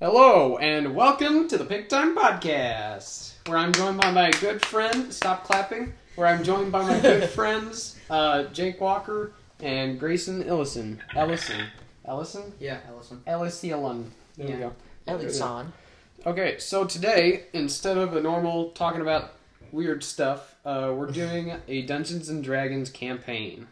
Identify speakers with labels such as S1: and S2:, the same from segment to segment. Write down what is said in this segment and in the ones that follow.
S1: Hello, and welcome to the Pick Time Podcast, where I'm joined by my good friend, stop clapping, where I'm joined by my good friends, uh, Jake Walker and Grayson Ellison. Ellison. Ellison?
S2: Yeah, Ellison.
S1: Ellison. There
S2: Yeah.
S1: we go.
S2: Ellison.
S1: Okay, so today, instead of a normal talking about weird stuff, uh, we're doing a Dungeons and Dragons campaign.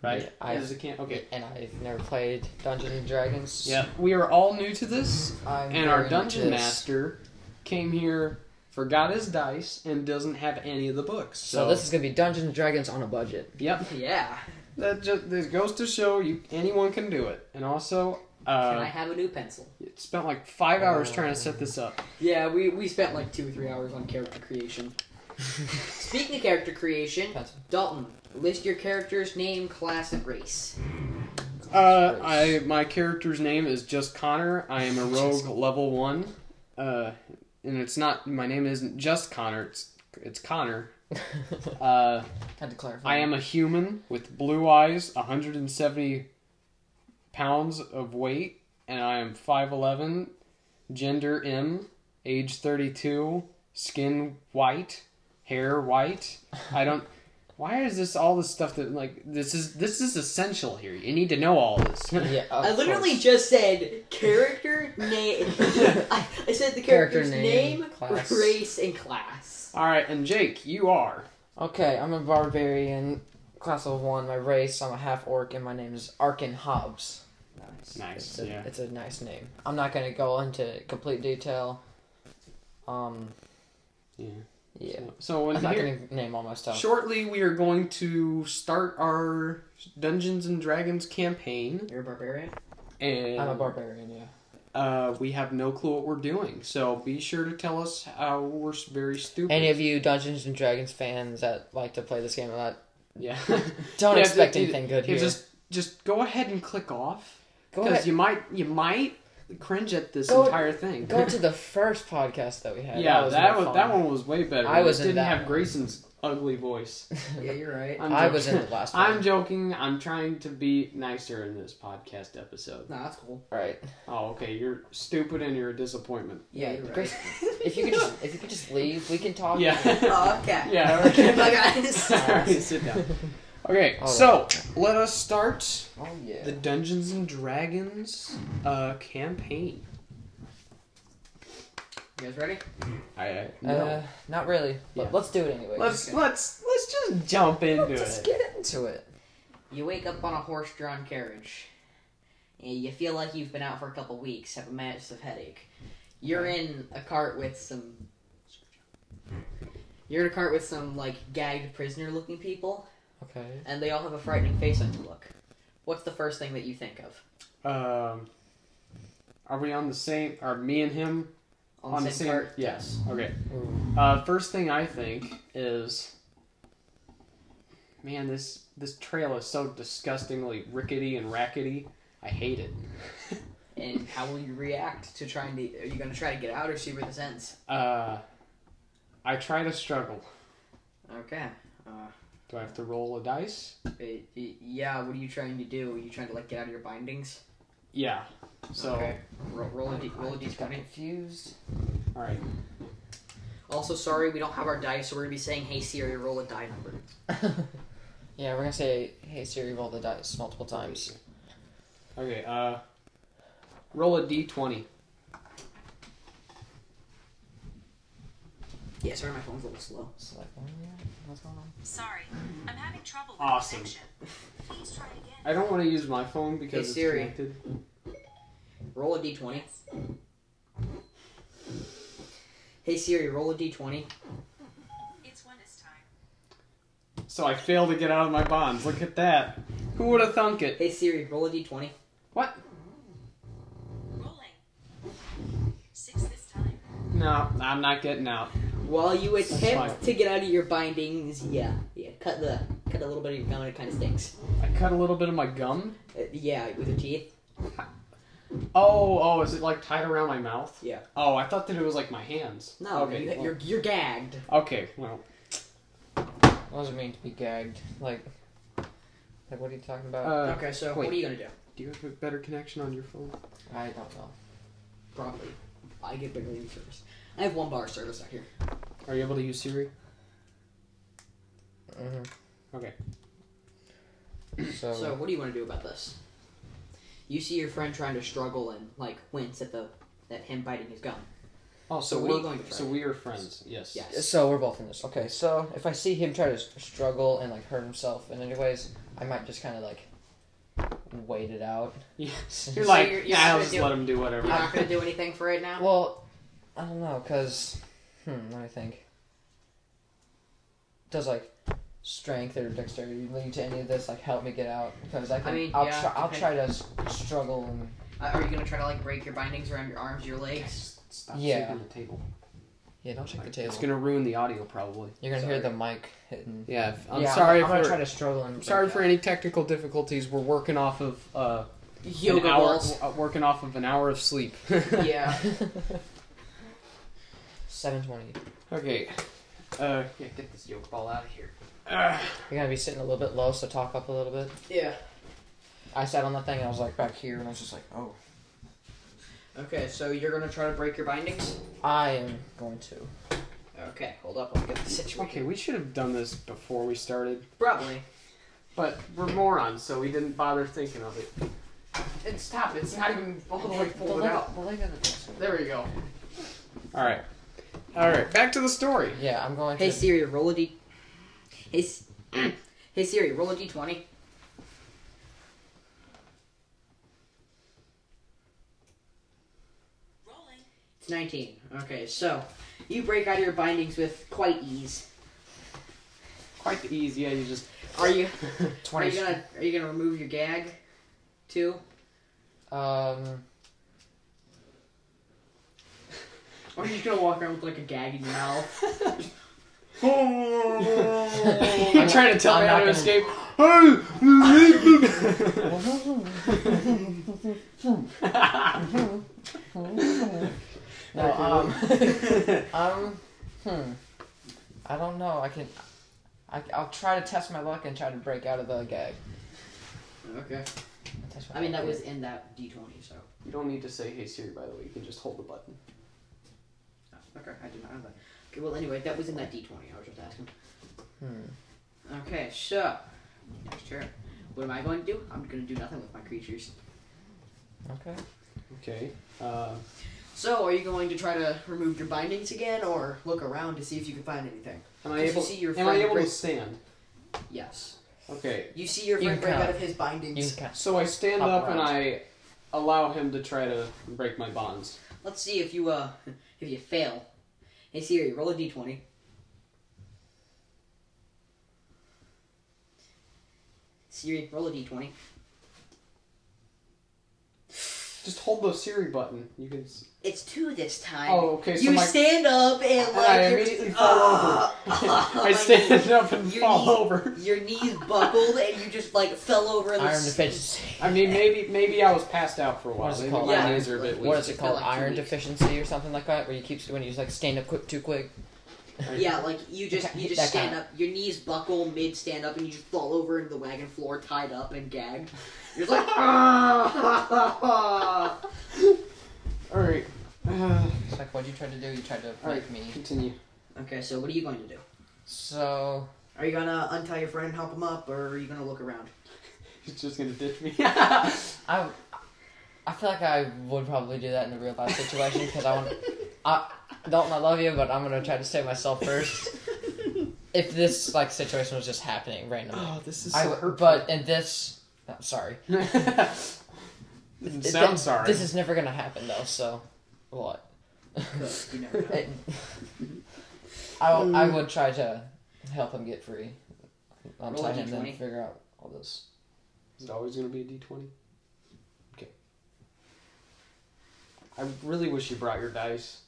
S1: Right?
S2: Yeah, I-
S1: As a camp- okay.
S2: And I've never played Dungeons and Dragons.
S1: Yeah, we are all new to this,
S2: I'm
S1: and our
S2: very new to
S1: dungeon
S2: this.
S1: master came here, forgot his dice, and doesn't have any of the books. So,
S2: So, this is gonna be Dungeons and Dragons on a budget.
S1: yep,
S3: Yeah.
S1: that just this goes to show you anyone can do it. And also,
S3: Can I
S1: uh,
S3: have a new pencil?
S1: it spent like five hours
S2: Oh.
S1: trying to set this up.
S4: Yeah, we, we spent like two or three hours on character creation.
S3: Speaking of character creation,
S2: Pencil.
S3: Dalton, list your character's name, class, and race.
S1: Uh, I my character's name is just Connor. I am a rogue level one. Uh, and it's not my name isn't just Connor. It's it's Connor. Uh.
S2: Had to clarify.
S1: I am a human with blue eyes, 170 pounds of weight, and I am 5'11, gender M, age 32, skin white, hair white. I don't. Why is this all this stuff that like this is this is essential here? You need to know all this.
S2: Yeah. of
S3: I literally
S2: course.
S3: just said character name. I, I said the
S2: Character
S3: character's
S2: name,
S3: name,
S2: class.
S3: race, and class.
S1: all right, and Jake, you are.
S2: Okay, I'm a barbarian, class of one. My race, I'm a half orc, and my name is Arkin Hobbs.
S1: Nice,
S2: It's a,
S1: yeah.
S2: It's a nice name. I'm not gonna go into complete detail. Um.
S1: Yeah.
S2: Yeah.
S1: So when
S2: I'm not
S1: here-
S2: gonna name all my stuff.
S1: shortly we are going to start our Dungeons and Dragons campaign,
S3: You're a barbarian?
S1: and
S2: I'm a barbarian. Yeah.
S1: uh, we have no clue what we're doing. So be sure to tell us how we're s- very stupid.
S2: Any of you Dungeons and Dragons fans that like to play this game a lot,
S1: yeah.
S2: don't
S1: Yeah,
S2: expect
S1: ju- ju-
S2: anything good
S1: yeah,
S2: here.
S1: Just just go ahead and click off
S2: go ahead.
S1: because you might you might cringe at this
S2: Go-
S1: entire thing.
S2: Go to the first podcast that we had.
S1: yeah, that was
S2: was
S1: that,
S2: more
S1: was,
S2: fun.
S1: one was way better.
S2: I
S1: It
S2: was in
S1: didn't
S2: that
S1: have
S2: one.
S1: Grayson's ugly voice.
S3: Yeah, you're right.
S1: I'm
S2: I was in
S1: joking.
S2: the last one.
S1: I'm joking. I'm trying to be nicer in this podcast episode.
S3: Nah, that's cool.
S2: right.
S1: Oh, okay. You're stupid and you're a disappointment.
S3: Yeah,
S2: Yeah,
S3: you're right.
S2: Grace- If you could just if you could just leave, we can talk.
S1: Yeah.
S3: oh, okay.
S1: yeah.
S3: Okay,
S1: Okay.
S3: bye, guys.
S1: Alright, sit down. Okay,
S2: All
S1: so let us start
S2: Oh yeah.
S1: the Dungeons and Dragons uh, campaign.
S3: You guys ready?
S1: I, I
S2: Uh, not really, but
S1: Yeah.
S2: let's do it anyway.
S1: let's let's let's just jump into
S2: just
S1: it.
S2: get into it.
S3: You wake up on a horse drawn carriage. And you feel like you've been out for a couple weeks, have a massive headache. You're in a cart with some. You're in a cart with some, like, gagged prisoner looking people,
S2: Okay.
S3: and they all have a frightening face on you look. What's the first thing that you think of?
S1: Um, are we on the same? Are me and him on, the same?
S3: cart?
S1: Yes. Okay.
S2: Ooh.
S1: Uh, first thing I think is, man, this this trail is so disgustingly rickety and rackety. I hate it.
S3: And how will you react to trying to. Are you going to try to get out or see where this ends?
S1: Uh, I try to struggle.
S3: Okay. Uh,
S1: Do I have to roll a dice?
S3: y- y- yeah, what are you trying to do? Are you trying to, like, get out of your bindings?
S1: Yeah. So,
S3: Okay. Roll, roll, a, d- roll
S2: I
S3: a
S2: just got
S3: d20.
S2: confused.
S1: all right.
S3: Also, sorry, we don't have our dice, so we're gonna be saying, "Hey Siri, roll a die number."
S2: yeah, we're gonna say, "Hey Siri, roll the dice" multiple times.
S1: Okay. Uh, roll a d20.
S3: Yeah, sorry, my phone's a little slow.
S2: Select one. "Oh, Yeah. What's going on?
S5: Sorry, I'm having trouble with
S1: Awesome.
S5: connection. Please try again.
S1: I don't want to use my phone because
S3: Hey,
S1: it's
S3: Siri.
S1: connected.
S3: Roll a d20. Hey Siri, roll a d20.
S5: It's one this time.
S1: So I fail to get out of my bonds. Look at that. Who would have thunk it?
S3: Hey Siri, roll a d20.
S1: What?
S5: Rolling. Six this time.
S1: No, I'm not getting out.
S3: While you
S1: fine.
S3: attempt to get out of your bindings, yeah, yeah, cut the cut a little bit of your gum and it kind of stinks.
S1: I cut a little bit of my gum.
S3: Uh, yeah, with your teeth.
S1: Oh, oh, is it like tied around my mouth?
S3: Yeah.
S1: Oh, I thought that it was like my hands.
S3: No,
S1: Okay.
S3: you,
S1: well-
S3: you're you're gagged.
S1: Okay. Well,
S2: What does it mean to be gagged? Like, like what are you talking
S1: uh,
S2: about?
S3: okay, so
S1: wait.
S3: what are you gonna do?
S1: Uh, do you have a better connection on your phone?
S2: I don't know.
S3: Probably.
S6: I get bigger than service. I have one bar of service out here.
S1: Are you able to use Siri?
S2: Mm-hmm.
S1: Okay.
S2: So,
S3: So what do you want to do about this? You see your friend trying to struggle and like wince at the at him biting his gum.
S1: Oh,
S3: So
S1: so,
S3: what are you
S1: we're
S3: going for?
S1: so we are friends. Yes.
S3: Yes.
S2: so we're both in this. Okay, so if I see him try to s- struggle and like hurt himself in any ways, I might just kind of like wait it out.
S1: Yes.
S2: You're
S1: You're
S3: So
S1: like,
S3: you're- you're
S1: yeah,
S3: not
S1: I'll
S3: gonna
S1: just
S3: do-
S1: let him do
S3: You're
S1: whatever.
S3: not gonna do anything for it now.
S2: Well, I don't know, cause hmm, let me think. Does like strength or dexterity lead to any of this? Like help me get out, because I can. I
S3: mean,
S2: will
S3: yeah,
S2: try. I'll
S3: okay.
S2: try to s- struggle and
S3: Uh, are you gonna try to like break your bindings around your arms, your legs?
S1: Yes. Stop
S2: Yeah.
S1: shaking the table.
S2: yeah. Don't shake the table.
S1: It's gonna ruin the audio probably.
S2: You're gonna hear
S3: Sorry.
S2: the mic hitting.
S1: Yeah. if- I'm
S2: yeah,
S1: sorry.
S2: I'm,
S1: if
S2: gonna
S1: we're-
S2: try to struggle and.
S1: I'm sorry
S2: break
S1: for
S2: out.
S1: any technical difficulties. We're working off of uh, an
S3: Yoga
S1: hour,
S3: balls.
S1: w- uh, working off of an hour of sleep.
S3: yeah.
S2: Seven twenty.
S1: Okay. Uh, yeah, get this yoke ball out of here. Ugh.
S2: You're gonna be sitting a little bit low, so talk up a little bit.
S3: Yeah.
S2: I sat on the thing and I was like back here, and I was just like, oh,
S3: Okay, so you're gonna try to break your bindings.
S2: I am going to.
S3: Okay, hold up. Let me get the situation.
S1: Okay, we should have done this before we started,
S3: Probably.
S1: but we're morons, so we didn't bother thinking of it.
S3: It's stop. It's not even all the way
S2: The
S3: folded
S2: leg-
S3: out.
S2: the leg of the dresser.
S3: There we go.
S1: All right. All right. Back to the story.
S2: Yeah, I'm going
S3: Hey
S2: to.
S3: Siri, roll a d. Hey, S- hey Siri, roll a d twenty.
S5: Rolling.
S3: It's 19. Okay, so you break out of your bindings with quite ease.
S1: Quite the ease. Yeah, you just.
S3: Are you are
S2: 20.
S3: you gonna are you gonna remove your gag too?
S2: Um,
S3: Or are you just gonna walk around with like a gag in your mouth?
S1: I'm trying to tell
S2: I'm
S1: you how to
S2: not
S1: escape.
S2: no,
S1: Okay,
S2: um, um, hmm. I don't know. I can. I, I'll try to test my luck and try to break out of the gag.
S3: okay.
S2: I'll test my
S3: I mean
S2: luck.
S3: that was in that D twenty, so
S1: you don't need to say "Hey Siri." By the way, you can just hold the button.
S3: Oh, okay, I did not know that. Okay, well anyway, that was in that D twenty. I was just asking.
S2: Hmm.
S3: Okay, so next turn. What am I going to do? I'm gonna do nothing with my creatures.
S2: Okay.
S1: Okay. Uh,
S3: So are you going to try to remove your bindings again, or look around to see if you can find anything?
S1: am I
S3: Did you
S1: able?
S3: see your
S1: am I
S3: friend
S1: able
S3: break-
S1: to stand?
S3: Yes.
S1: Okay.
S3: You see your
S2: You
S3: friend
S2: can
S3: break out
S2: count.
S3: of his bindings.
S2: You can count.
S1: So I stand
S2: Up
S1: up, and I allow him to try to break my bonds.
S3: Let's see if you uh if you fail. Hey Siri, roll a d twenty. Siri, roll a d twenty.
S1: Just hold the Siri button. You can. s-
S3: It's two this time.
S1: Oh, okay. So
S3: you
S1: my
S3: stand up and
S1: and
S3: like uh,
S1: I
S3: your-
S1: immediately fall over. "Ah." I stand up and
S3: You
S1: fall
S3: need-
S1: over.
S3: Your knees buckled and you just like fell over. in The
S2: Iron
S3: s-
S2: deficiency.
S1: I mean, maybe maybe I was passed out for a while.
S2: is it
S1: Maybe
S2: called?
S1: my
S3: Yeah.
S1: knees are a bit weak.
S2: What is it
S3: It's been
S2: called?
S3: like two
S2: Iron
S3: weeks.
S2: deficiency or something like that, where you keep when you like stand up quick too quick.
S3: Yeah, like you just
S2: Okay,
S3: you just
S2: that
S3: stand
S2: count.
S3: up. Your knees buckle mid stand up and you just fall over into the wagon floor, tied up and gagged. You're just like ah.
S1: All right. Uh,
S2: It's like what you tried to do. You tried to break
S1: Alright.
S2: me.
S1: continue.
S3: Okay, so what are you going to do?
S2: So
S3: Are you gonna untie your friend and help him up, or are you gonna look around?
S1: He's just gonna ditch me. Oh,
S2: I, I feel like I would probably do that in a real life situation because I want. I don't I love you, but I'm gonna try to save myself first. if this like situation was just happening randomly,
S1: oh, this is so
S2: I
S1: hurtful.
S2: but in this, no, sorry,
S1: Doesn't
S2: Th-
S1: sound
S2: th-
S1: sorry.
S2: This is never gonna happen though. So, what?
S3: you never know.
S2: It- I w- I would try to help him get free. I'm
S3: Roll a
S2: him then
S3: D20.
S2: figure out all this.
S1: Is it always going to be a d20? Okay. I really wish you brought your dice.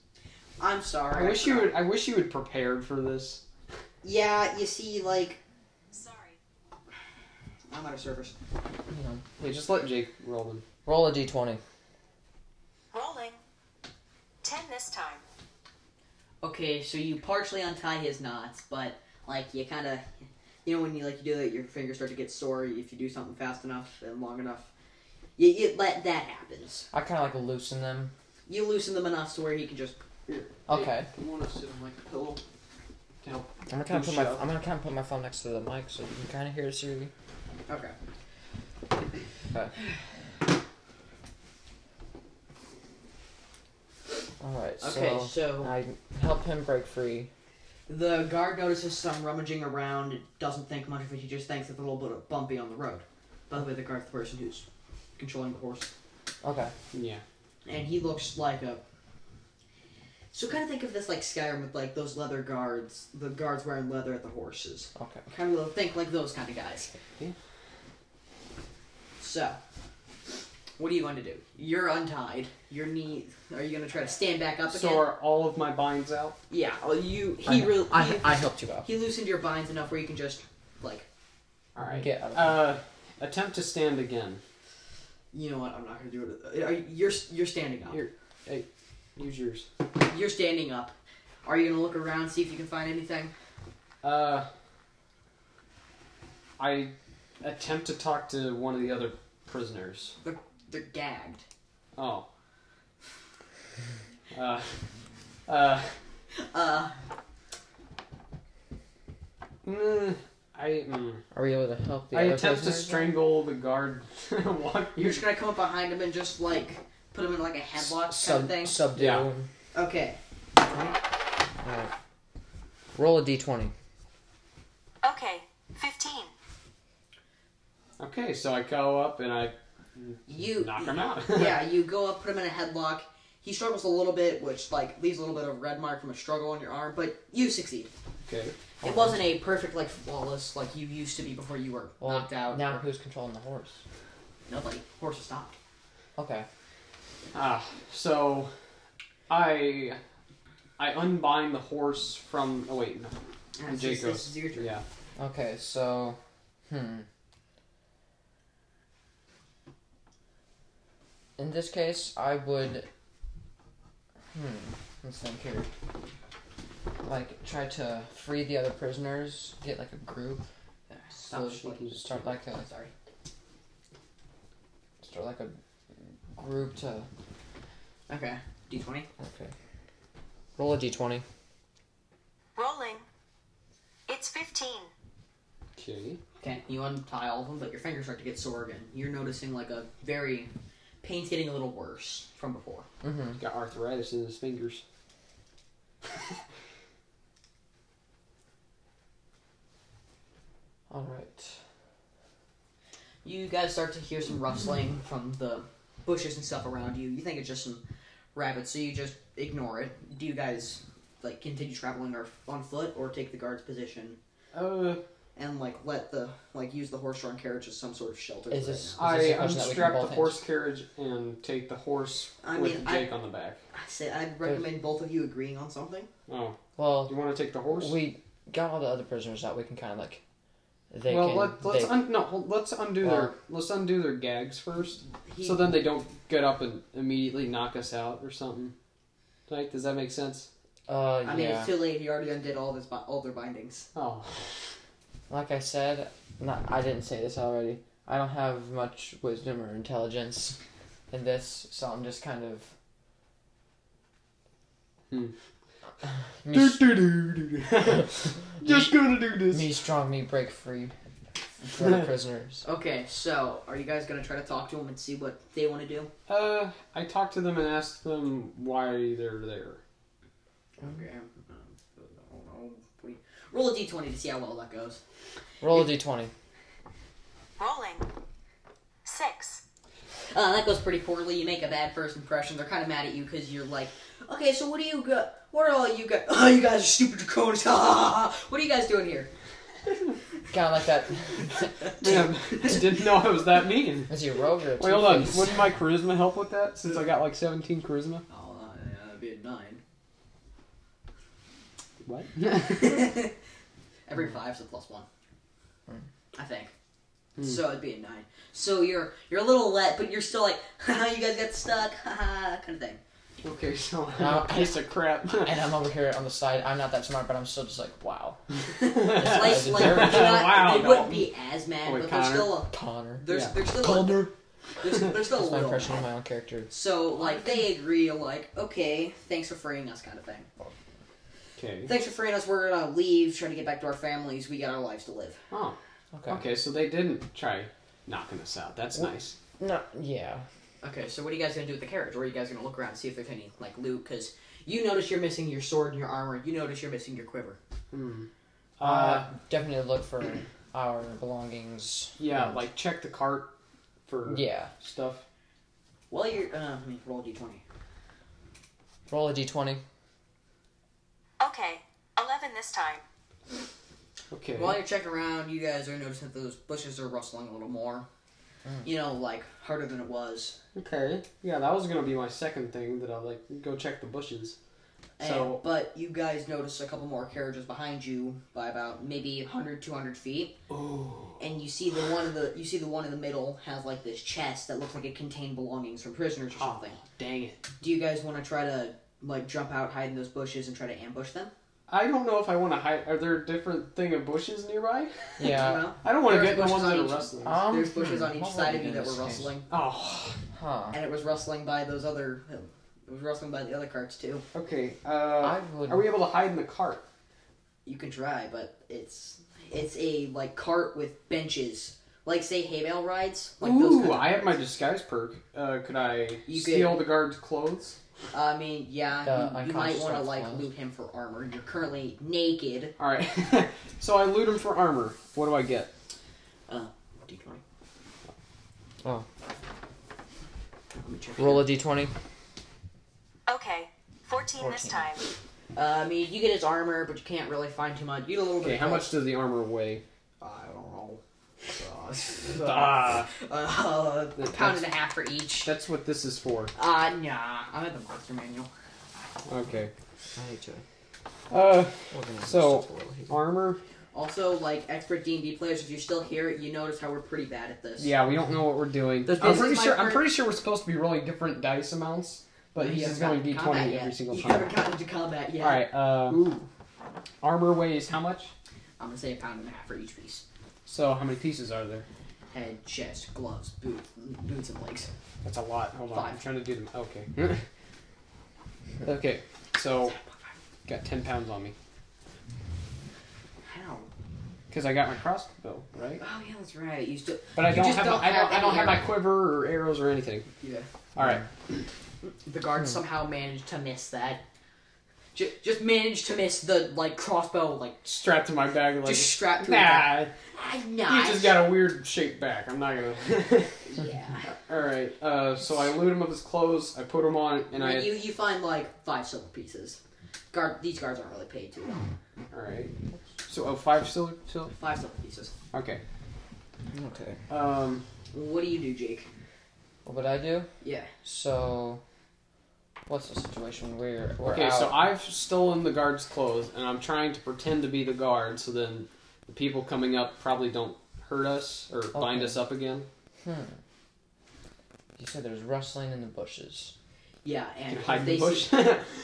S3: I'm sorry.
S1: I wish you would. I wish you had prepared for this.
S3: Yeah, you see, like
S5: Sorry.
S3: I'm out of service.
S2: You know,
S1: Hey, just let Jake roll them.
S2: roll a d20.
S5: Rolling. 10 this time.
S3: Okay, so you partially untie his knots, but like you kind of, you know, when you like you do that, your fingers start to get sore if you do something fast enough and long enough. You, you let that happens.
S2: I kind of like loosen them.
S3: You loosen them enough to where he can just.
S2: Okay.
S3: You want to sit on like a pillow? To help.
S2: I'm gonna kind of
S3: Good
S2: put my
S3: show.
S2: I'm gonna kind of put my phone next to the mic so you can kind of hear Siri.
S3: Okay.
S2: All right.
S7: Okay,
S2: So
S7: so
S1: uh,
S2: I help him break free.
S3: The guard notices some rummaging around. It doesn't think much of it. He just thinks it's a little bit bumpy on the road. By the way, the guard's the person who's controlling the horse,
S2: Okay.
S1: Yeah.
S3: and he looks like a. So kind of think of this like Skyrim with like those leather guards, the guards wearing leather at the horses.
S2: Okay.
S3: Kind of think like those kind of guys.
S1: Yeah.
S3: So, what are you going to do? You're untied. Your knee. Are you going to try to stand back up
S1: So
S3: again?
S1: are all of my binds out?
S3: yeah. well, You.
S2: I,
S3: He really.
S2: I,
S3: he-
S2: I helped you out.
S3: He loosened your binds enough where you can just, like,
S1: All right.
S2: Get out of
S1: Uh, attempt to stand again.
S3: you know what? I'm not gonna do it. Are, you- you're you're standing up.
S1: Here. Hey, use yours.
S3: You're standing up. Are you gonna look around see if you can find anything?
S1: Uh, I attempt to talk to one of the other prisoners.
S3: They're gagged.
S1: Oh. Uh, uh,
S3: Uh,
S1: mm, I, mm,
S2: Are we able to help the
S1: I
S2: other
S1: attempt to
S2: prisoners?
S1: strangle the guard. Walk
S3: you're just gonna come up behind him and just like put him in like a headlock kind
S2: Sub,
S3: of thing.
S2: subdue.
S1: Yeah.
S2: him.
S3: Okay.
S2: Alright. Roll a d20.
S5: Okay, 15.
S1: Okay, so I go up and I
S3: You.
S1: knock him out.
S3: yeah. You go up, put him in a headlock. He struggles a little bit, which like leaves a little bit of red mark from a struggle on your arm, but you succeed.
S1: Okay.
S3: It wasn't a perfect, like flawless, like you used to be before you were
S2: Well,
S3: knocked out.
S2: Now who's controlling the horse?
S3: Nobody. Horse is stopped.
S2: Okay.
S1: Ah, so I I unbind the horse from. Oh wait, no.
S3: And it's just-
S1: Jacob.
S3: This is your turn.
S1: Yeah.
S2: Okay, so hmm. In this case, I would hmm, let's think here. Like try to free the other prisoners, get like a group,
S3: There, Stop.
S2: so
S3: shaking.
S2: start like a
S3: Sorry.
S2: start like a group to
S3: Okay. D twenty.
S2: okay. Roll a d twenty.
S5: Rolling. It's 15.
S1: Okay.
S3: Okay. You untie all of them, but your fingers start to get sore again. You're noticing like a very pain's getting a little worse from before.
S2: Mm-hmm.
S1: Got arthritis in his fingers.
S2: All right.
S3: You guys start to hear some rustling from the bushes and stuff around you. You think it's just some rabbits, so you just ignore it. Do you guys like continue traveling or on foot, or take the guard's position
S1: Uh,
S3: and like let the like use the horse-drawn carriage as some sort of shelter?
S2: Is
S3: for
S2: this-
S3: now?
S1: I
S2: a question that we can
S1: unstrap the
S2: both
S1: horse carriage and take the horse
S3: I
S1: with
S3: mean, I-
S1: Jake on the back.
S3: I say I'd recommend both of you agreeing on something.
S1: Oh,
S2: Well,
S1: you want to take the horse?
S2: we got all the other prisoners out. We can kind of like they
S1: well,
S2: can
S1: let, let's
S2: they,
S1: un, no, hold- let's undo their
S2: Well-
S1: let's undo their gags first,
S3: He,
S1: so then they don't get up and immediately knock us out or something. Like, does that make sense?
S2: uh
S3: I mean,
S2: yeah.
S3: it's too late. He already undid all of his bi- all their bindings.
S1: Oh,
S2: Like I said, not, I didn't say this already. I don't have much wisdom or intelligence in this, so I'm just kind of.
S1: Hmm.
S2: me, s-
S1: just gonna do this.
S2: me strong, me break free. For the prisoners.
S3: Okay, so are you guys gonna try to talk to them and see what they want to do?
S1: Uh, I talked to them and asked them why they're there.
S3: Okay. um, Roll a d20 to see how well that goes.
S2: Roll a d20.
S5: Rolling. 6.
S3: Uh, that goes pretty poorly. You make a bad first impression. They're kind of mad at you because you're like, okay, so what do you got? What are all you guys? Oh, you guys are stupid draconis. Ha, ha, ha, ha. what are you guys doing here?
S2: Kind of like that.
S1: Man, I didn't know I was that mean.
S2: Is he a rogue or a
S1: Wait, hold on.
S2: two-face?
S1: Wouldn't my charisma help with that? Since I got like 17 charisma.
S3: Oh, uh, that'd be a nine.
S1: What?
S3: Every five's a plus one, I think.
S1: Hmm.
S3: So it'd be a nine. So you're you're a little let, but you're still like, haha, you guys got stuck, haha, kind of thing.
S1: okay, so
S2: Now-
S1: I'm a piece of crap.
S2: And I'm over here on the side. I'm not that smart, but I'm still just like, wow.
S3: Like,
S2: That's
S3: like
S2: very-
S3: they're not-
S1: Wow,
S3: they wouldn't
S1: Dalton.
S3: be Oh, as mad,
S1: Holy
S3: but they're
S1: Connor.
S3: still,
S2: Connor.
S3: they're,
S1: Yeah.
S3: they're still,
S2: Connor.
S3: There's, there's still a
S2: That's my
S3: little.
S2: impression of my own character.
S3: So like they agree, like okay, thanks for freeing us, kind of thing.
S1: Okay.
S3: Thanks for freeing us. We're gonna leave, trying to get back to our families. We got our lives to live.
S1: Oh,
S2: Okay.
S1: okay. So they didn't try knocking us out. That's nice.
S2: No. Yeah.
S3: Okay, so what are you guys gonna do with the carriage? Or are you guys gonna look around and see if there's any like loot? Because you notice you're missing your sword and your armor. You notice you're missing your quiver.
S1: Uh,
S2: Uh, definitely look for our belongings.
S1: yeah, like check the cart for
S2: Yeah.
S1: stuff.
S3: Well, you're uh, I mean, roll a d twenty.
S2: Roll a d20.
S5: Okay. 11 this time.
S1: Okay.
S3: While you're checking around, you guys are noticing that those bushes are rustling a little more. You know, like harder than it was.
S1: Okay. Yeah, that was gonna be my second thing that I'll like go check the bushes.
S3: so,
S1: So-
S3: but you guys notice a couple more carriages behind you by about maybe 100, 200 feet,
S1: Oh.
S3: and you see the one in the you see the one in the middle has like this chest that looks like it contained belongings from prisoners or something.
S1: dang it.
S3: Do you guys want to try to like jump out, hide in those bushes, and try to ambush them?
S1: I don't know if I want to hide. Are there different thing of bushes nearby?
S3: I don't
S2: Yeah.
S3: know.
S1: I don't want to
S3: There's
S1: get the
S3: bushes
S1: ones that
S3: on
S1: are
S3: each-
S1: rustling.
S2: Um,
S3: There's bushes
S2: hmm,
S3: on each
S2: what
S3: side
S2: would
S3: of
S2: we
S3: you
S2: do
S3: that
S2: in
S3: were
S2: this case?
S3: rustling,
S1: oh.
S2: Huh.
S3: and it was rustling by those other. It was rustling by the other carts too.
S1: Okay. Uh,
S2: I would.
S1: Are we able to hide in the cart?
S3: You can try, but it's it's a like cart with benches, like say hay bale rides. Like those kind
S1: Ooh,
S3: of
S1: I have my
S3: rides.
S1: disguise perk. Uh, could I
S3: You
S1: steal
S3: could-
S1: the guard's clothes?
S3: I mean, yeah,
S2: The
S3: you- you, might
S2: unconscious
S3: want to
S2: stuff
S3: like
S2: one.
S3: loot him for armor. You're currently naked.
S1: All right. so I loot him for armor. What do I get?
S3: D twenty.
S2: Oh.
S3: Let me check.
S2: Roll a d20.
S5: Okay. 14, this
S2: 14.
S5: time.
S3: Uh, I mean, you get his armor, but you can't really find too much. You get a little
S1: Okay.
S3: bit.
S1: How
S3: of-
S1: much does the armor weigh?
S3: I don't know.
S1: Ah,
S3: Uh, a
S1: That's-
S3: pound and a half for each.
S1: that's what this is for.
S3: Uh, nah, I'm at the monster manual.
S1: Okay.
S2: I hate you.
S1: Uh,
S2: We're gonna
S1: So-
S2: just roll here.
S1: armor.
S3: Also, like expert D and D players, if you're still here, you notice how we're pretty bad at this.
S1: Yeah, we don't know what we're doing.
S3: This-
S1: I'm
S3: this
S1: pretty
S3: is my
S1: sure. I'm
S3: first-
S1: pretty sure we're supposed to be rolling different dice amounts, but
S3: You
S1: he's
S3: haven't
S1: just going D
S3: gotten to
S1: twenty
S3: Oh, combat
S1: every
S3: yet.
S1: single
S3: You
S1: time.
S3: haven't gotten to combat yet.
S1: All right. Uh,
S3: Ooh.
S1: armor weighs how much?
S3: I'm gonna say a pound and a half for each piece.
S1: So how many pieces are there?
S3: Head, chest, gloves, boots, boots and legs.
S1: That's a lot. Hold on, I'm
S3: Five. Hmm?
S1: trying to do them. Okay. okay. So got ten pounds on me
S3: How?
S1: because I got my crossbow right,
S3: Oh yeah, that's right. You still.
S1: but I
S3: You
S1: don't
S3: just
S1: have,
S3: don't
S1: my, I don't I
S3: have
S1: don't
S3: any Hmm.
S1: have my
S3: arrow.
S1: quiver or arrows or anything.
S3: Yeah.
S1: All right.
S3: The guard somehow managed to miss that. J- just managed to miss the like crossbow, like
S1: Strapped to my bag like
S3: just strapped to it.
S1: nah.
S3: I know.
S1: You just got a weird shaped back. I'm not gonna.
S3: Yeah.
S1: All right. Uh, so I loot him of his clothes. I put him on, and I.
S3: you you find like five silver pieces. Guard these guards aren't really paid too well.
S1: All right. So oh, five silver. Sil-
S3: Five silver pieces.
S1: okay.
S2: Okay.
S1: Um.
S3: What do you do, Jake?
S2: What would I do?
S3: Yeah.
S2: So, what's the situation? We're we're
S1: Okay.
S2: out.
S1: So I've stolen the guard's clothes, and I'm trying to pretend to be the guard, so then the people coming up probably don't hurt us or bind
S2: Okay.
S1: us up again.
S2: you said there's rustling in the bushes.
S3: Yeah, and
S1: And
S3: if
S1: hide in
S3: they
S1: the bush.
S3: see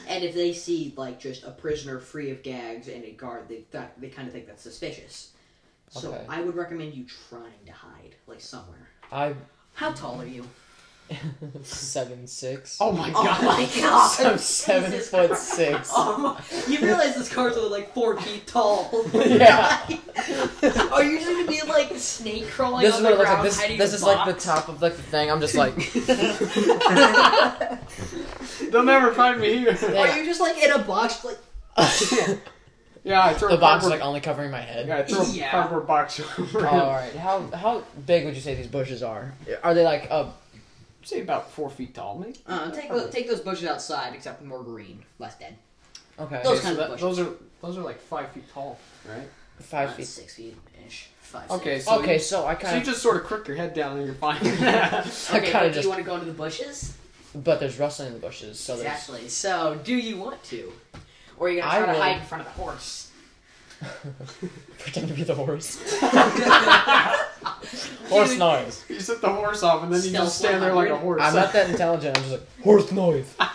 S3: and if they see like just a prisoner free of gags and a guard, they th- they kind of think that's suspicious. So
S2: Okay.
S3: I would recommend you trying to hide like somewhere.
S2: I
S3: How tall are you?
S2: seven six.
S1: oh my
S3: Oh
S1: god.
S3: my god!
S2: I'm seven
S3: Jesus
S2: foot
S3: Christ.
S2: six.
S3: Oh my, you realize this car's only like four feet tall.
S2: Yeah.
S3: Are you just gonna be like snake crawling
S2: This
S3: on the
S2: is what it looks
S3: ground
S2: like. This,
S3: hiding
S2: this
S3: in a
S2: is like the
S3: box?
S2: top of like the thing. I'm just like,
S1: They'll never find me here.
S3: Are you just like in a box? Like
S2: the
S1: yeah, I threw a
S2: box is
S1: cardboard-
S2: like only covering my head.
S1: yeah, I threw a
S3: Yeah.
S1: cardboard box over. him.
S2: All right. How how big would you say these bushes are? Are they like uh?
S1: Say about four feet tall, maybe.
S3: uh, take tho- take those bushes outside, except more green, less dead.
S2: Okay.
S3: Those
S1: Okay, so
S3: kind of
S1: that-
S3: bushes.
S1: those are those are like five feet tall, right?
S2: Five
S3: Uh,
S2: feet.
S3: six feet ish. Five.
S1: Okay.
S3: six.
S1: So
S2: okay,
S1: you-
S2: so I
S1: So you
S2: kind of,
S1: just sort of crook your head down and you're fine.
S2: I
S3: Okay,
S2: kind
S3: but
S2: of
S3: do
S2: just,
S3: you want to go into the bushes?
S2: but there's rustling in the bushes, so there's.
S3: Exactly. So, do you want to? Or are you gonna
S2: I
S3: try to
S2: would.
S3: hide in front of the horse?
S2: Pretend to be the horse. horse
S3: Dude.
S2: noise.
S1: you set the horse off and then you
S3: Stealth
S1: just stand there like a
S3: 100.
S1: horse.
S2: I'm not that intelligent. I'm just like horse noise. I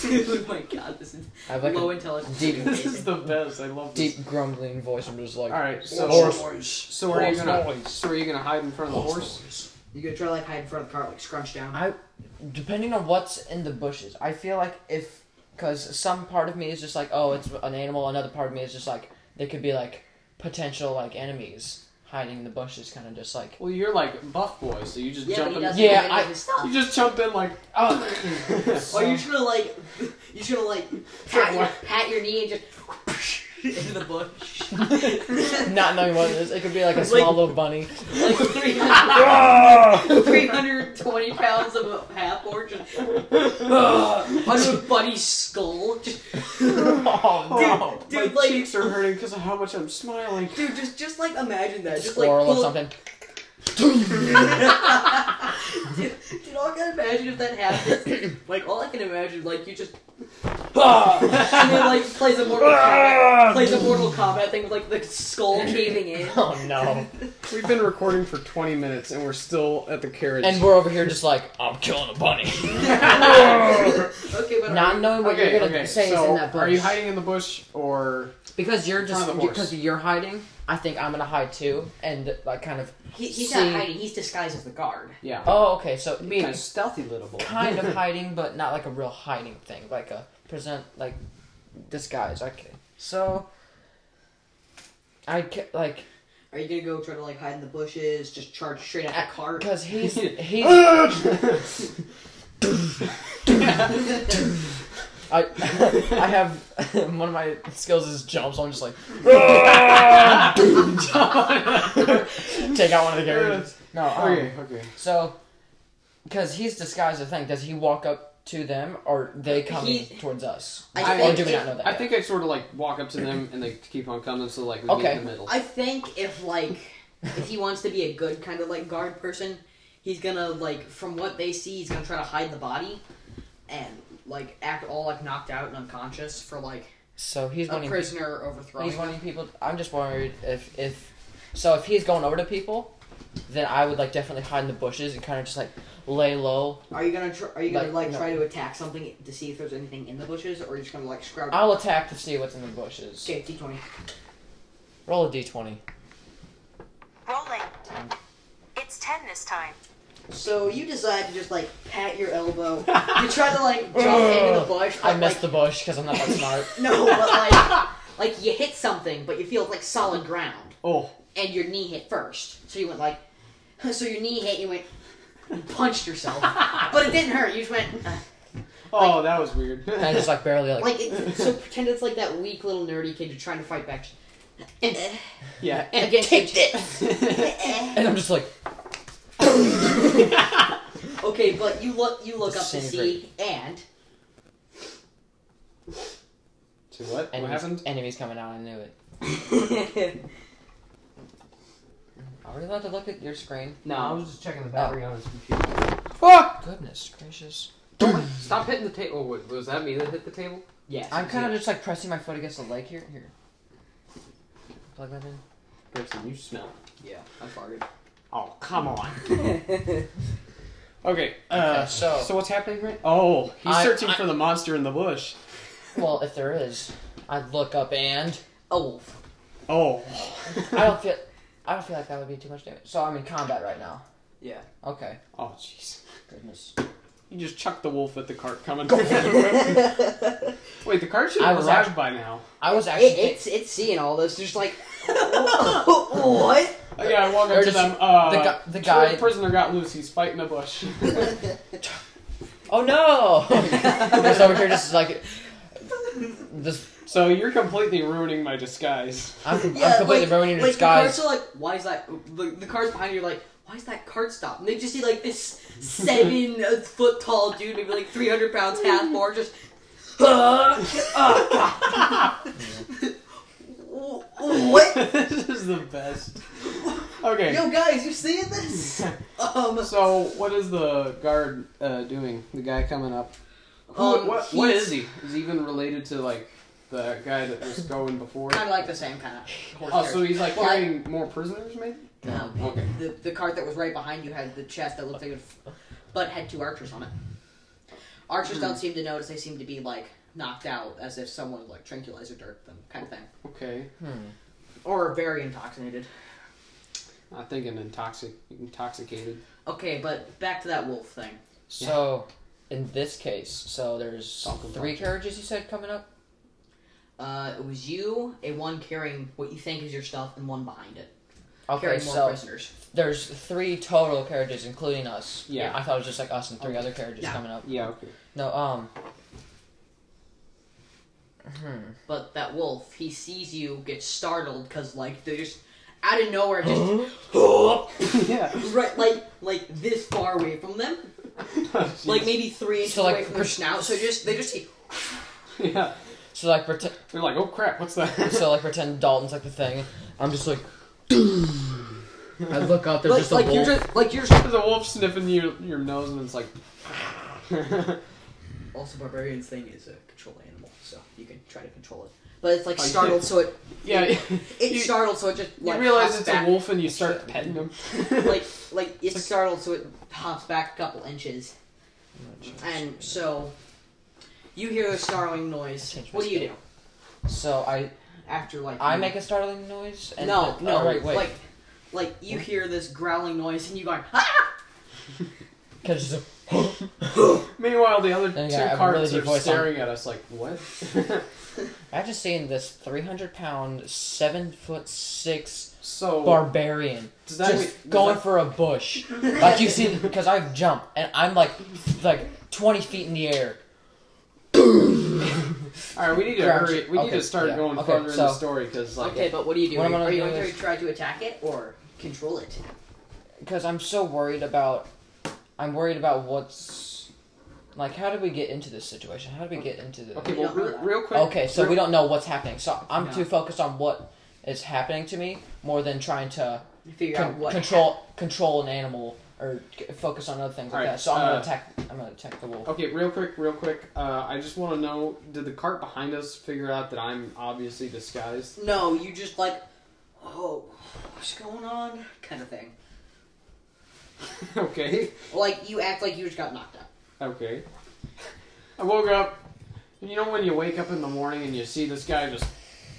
S3: Dude, oh my god, this is
S2: have like
S3: low
S2: a
S3: intelligence.
S2: deep-
S1: this is the best. I love this.
S2: deep grumbling voice. I'm just like
S1: All right. So,
S2: horse.
S1: so are you
S2: Horse
S1: gonna
S2: noise.
S1: so are you gonna hide in front of the horse?
S2: noise.
S3: You could try like hide in front of the car, like scrunch down.
S2: I, depending on what's in the bushes, I feel like if, because some part of me is just like, oh, it's an animal. Another part of me is just like, they could be like potential like enemies hiding in the bushes, kind of just like.
S1: Well, you're like buff boy, so you just
S3: yeah, but
S1: jump
S3: he
S1: in.
S3: doesn't
S2: Yeah,
S3: have any
S2: I-
S3: of his stuff.
S1: You just jump in like.
S2: Oh,
S3: Or you're just gonna like, you're just gonna like pat, your, pat your knee and just into the bush.
S2: not knowing what it is. It could be like a small little bunny.
S3: like 300
S1: Ah!
S3: 320 pounds of a half orc just
S2: Ah!
S3: under a bunny's skull. Just,
S2: Oh
S3: dude,
S1: My
S3: dude, like,
S1: cheeks are hurting because of how much I'm smiling.
S3: dude, just just like imagine that.
S2: no!
S3: Just like
S2: Squirrel
S3: pull
S2: or something.
S3: dude, dude, all I can imagine if that happens, like all I can imagine, like you just
S2: Ah!
S3: and then like plays a Mortal Kombat, plays a Mortal Kombat thing with like the skull caving in.
S2: Oh no!
S1: We've been recording for 20 minutes and we're still at the carriage.
S2: And we're over here just like I'm killing a bunny,
S3: Okay, but
S2: not knowing what
S1: okay,
S2: you're gonna
S1: okay.
S2: say
S1: so
S2: is in that bush.
S1: are you hiding in the bush or?
S2: Because you're
S1: front
S2: just
S1: of the horse.
S2: because you're hiding. I think I'm gonna hide too, and like kind of.
S3: he, he's
S2: See.
S3: not hiding. He's disguised as the guard.
S1: Yeah.
S2: Oh, okay. So
S1: being a stealthy little boy.
S2: kind of hiding, but not like a real hiding thing, like a present, like disguise. Okay, so I ca- like
S3: Are you gonna go try to like hide in the bushes? Just charge straight at the cart?
S2: because he's he's I I have one of my skills is jump, so I'm just like take out one of the characters. No, um,
S1: okay, okay.
S2: so because he's disguised, I think does he walk up to them or they come
S3: He-
S2: towards us?
S3: I
S2: or
S3: think
S2: do we
S3: if-
S2: not know that?
S1: I
S2: yet?
S1: think I sort of like walk up to them and they keep on coming, so like we
S2: Okay.
S1: meet in the middle.
S3: I think if like if he wants to be a good kind of like guard person, he's gonna like from what they see, he's gonna try to hide the body and like act all like knocked out and unconscious for like
S2: so. He's
S3: a
S2: wanting
S3: prisoner overthrowing.
S2: He's one of the people. I'm just worried if if so if he's going over to people, then I would like definitely hide in the bushes and kind of just like lay low.
S3: Are you gonna tr- are you gonna
S2: Like,
S3: like,
S2: no.
S3: try to attack something to see if there's anything in the bushes, or are you just gonna like scrounge?
S2: I'll attack to see what's in the bushes.
S3: Okay, D twenty.
S2: Roll a d20.
S5: Rolling. It's 10 this time.
S3: So you decide to just like pat your elbow. you try to like jump into the bush.
S2: I
S3: but,
S2: missed
S3: like,
S2: the bush because I'm not that smart.
S3: No, but like like you hit something, but you feel like solid ground.
S1: oh,
S3: and your knee hit first. So you went like, so your knee hit, you went, you punched yourself. but it didn't hurt. You just went, uh,
S1: oh, that was weird.
S2: And I just like barely like.
S3: like, it, so pretend it's like that weak little nerdy kid you're trying to fight back. And,
S1: yeah.
S3: and against kicked it.
S2: and I'm just like.
S3: Okay, but you look, you look up to see,
S2: Disintegrate.
S3: and
S1: So what? What
S2: Enemies,
S1: happened?
S2: enemies coming out. I knew it. Are we allowed to look at your screen?
S7: No, I was just checking the
S2: battery
S7: on his computer.
S1: Fuck!
S2: Goodness gracious.
S1: Stop hitting the table. What, was that me that hit the table?
S7: Yes.
S2: I'm kind of just like pressing my foot against the leg here. Here. Plug that in.
S1: Person, you smell.
S7: Yeah, I farted.
S1: Oh, come on. okay. Uh,
S2: Okay, so-
S1: so what's happening right? Oh, he's
S2: I-
S1: searching
S2: I-
S1: for the monster in the bush.
S2: Well, if there is, I'd look up and
S3: a wolf.
S1: Oh.
S2: I don't feel I don't feel like that would be too much damage. So I'm in combat right now.
S7: Yeah.
S2: Okay.
S1: oh, jeez.
S2: Goodness.
S1: You just chucked the wolf at the cart coming. Wait, the cart should
S2: I
S1: have
S2: was
S1: arrived
S2: act-
S1: by now.
S2: I was
S3: It,
S2: actually
S3: it's it's seeing all this, just like, what?
S1: yeah, I walk up
S2: Or
S1: to
S2: just
S1: them. Uh,
S2: the gu- the guy-
S1: prisoner got loose. He's fighting a bush.
S2: Oh no! He's over here just like this
S1: so you're completely ruining my disguise.
S2: I'm,
S3: Yeah,
S2: I'm completely
S3: like,
S2: ruining your
S3: like,
S2: disguise.
S3: The carts are like, why is that? The, the cars behind you are like, why is that cart stop? And they just see like this seven uh, foot tall dude, maybe like three hundred pounds, half more, just. uh, "Huh? Ah, God." what?
S1: this is the best. Okay.
S3: Yo, guys, you seeing this? Um,
S1: So what is the guard uh, doing? The guy coming up. Who,
S3: Um,
S1: what, what
S3: he's-
S1: is he? Is he even related to like the guy that was going before?
S3: kind of like the same kind of.
S1: Oh, so he's like
S3: Well, I-
S1: carrying more prisoners, maybe?
S3: No,
S1: Okay.
S3: Um, the the cart that was right behind you had the chest that looked like it, f- but had two archers on it. Archers don't seem to notice; they seem to be like knocked out, as if someone like tranquilizer dirked them, kind of thing,
S1: Okay.
S3: or very intoxicated.
S1: I think an intoxic intoxicated.
S3: Okay, but back to that wolf thing.
S2: So, in this case, so there's
S1: Falcon
S2: three
S1: Punch.
S2: carriages you said coming up.
S3: Uh, it was you, a one carrying what you think is your stuff, and one behind it,
S2: Okay,
S3: carrying more
S2: so
S3: prisoners.
S2: there's three total carriages, including us.
S1: Yeah. Oh,
S2: I thought it was just like us and three other carriages
S3: No.
S2: coming up.
S1: Yeah, okay.
S2: No, um. Hmm.
S3: But that wolf, he sees you, gets startled because like they just out of nowhere, just
S1: yeah.
S3: right, like like this far away from them,
S1: Oh,
S3: like maybe three inches
S2: So, like,
S3: away from their
S2: pers-
S3: snout. So just they just see
S1: Yeah.
S2: So like pretend.
S1: They're like, oh crap, what's that?
S2: so like pretend Dalton's like the thing. I'm just like. I look up. There's
S3: like,
S2: just a
S3: like
S2: wolf.
S3: you're just like you're just...
S1: There's a wolf sniffing your your nose and it's like.
S3: also barbarian's thing is a control animal, so you can try to control it. But it's like
S1: Oh, yeah.
S3: startled, so it
S1: yeah.
S3: it's
S1: you,
S3: startled, so it just
S1: you
S3: like,
S1: realize
S3: hops
S1: it's
S3: back.
S1: a wolf and you start petting him.
S3: like like it's startled, so it hops back a couple inches, and so you hear the snarling noise.
S2: Change my
S3: What do you do
S2: skill. So I
S3: after like
S2: I
S3: you-
S2: make a startling noise. And
S3: no
S2: oh,
S3: no
S2: right, wait.
S3: like like you hear this growling noise and you go ah
S2: Because just
S1: Meanwhile, the other
S2: Yeah,
S1: two
S2: I have a really
S1: carts
S2: deep
S1: are
S2: voice on.
S1: staring at us like, what?
S2: I've just seen this 300 pound, seven foot six
S3: Oh.
S1: so
S2: barbarian
S1: does that mean-
S2: just
S1: does
S2: going
S1: that-
S2: for a bush. like you see, because I've jumped and I'm like like 20 feet in the air.
S1: All right, we need to
S2: Crouch.
S1: hurry. We need
S2: Okay,
S1: to start
S2: yeah.
S1: going
S2: Okay,
S1: further in
S2: so-
S1: the story because like
S3: okay but what do you do
S2: What am I
S3: are you
S2: gonna
S3: going
S2: do
S3: to
S2: is-
S3: try to attack it or control it
S2: Because I'm so worried about. I'm worried about what's. Like, how did we get into this situation? How did we get into the.
S1: okay,
S3: we
S1: well,
S3: don't know
S1: re-
S3: that.
S1: real quick.
S2: Okay, so
S1: real-
S2: we don't know what's happening. So I'm
S3: No.
S2: too focused on what is happening to me more than trying to
S3: figure
S2: con-
S3: out what
S2: control control an animal or c- focus on other things like
S1: Alright,
S2: that. So I'm
S1: uh,
S2: gonna attack. I'm gonna attack the wolf.
S1: Okay, real quick, real quick. Uh, I just want to know: Did the cart behind us figure out that I'm obviously disguised?
S3: happened. no you just like oh what's going on kind of thing
S1: okay,
S3: like you act like you just got knocked out
S1: okay. I woke up. You know when you wake up in the morning and you see this guy just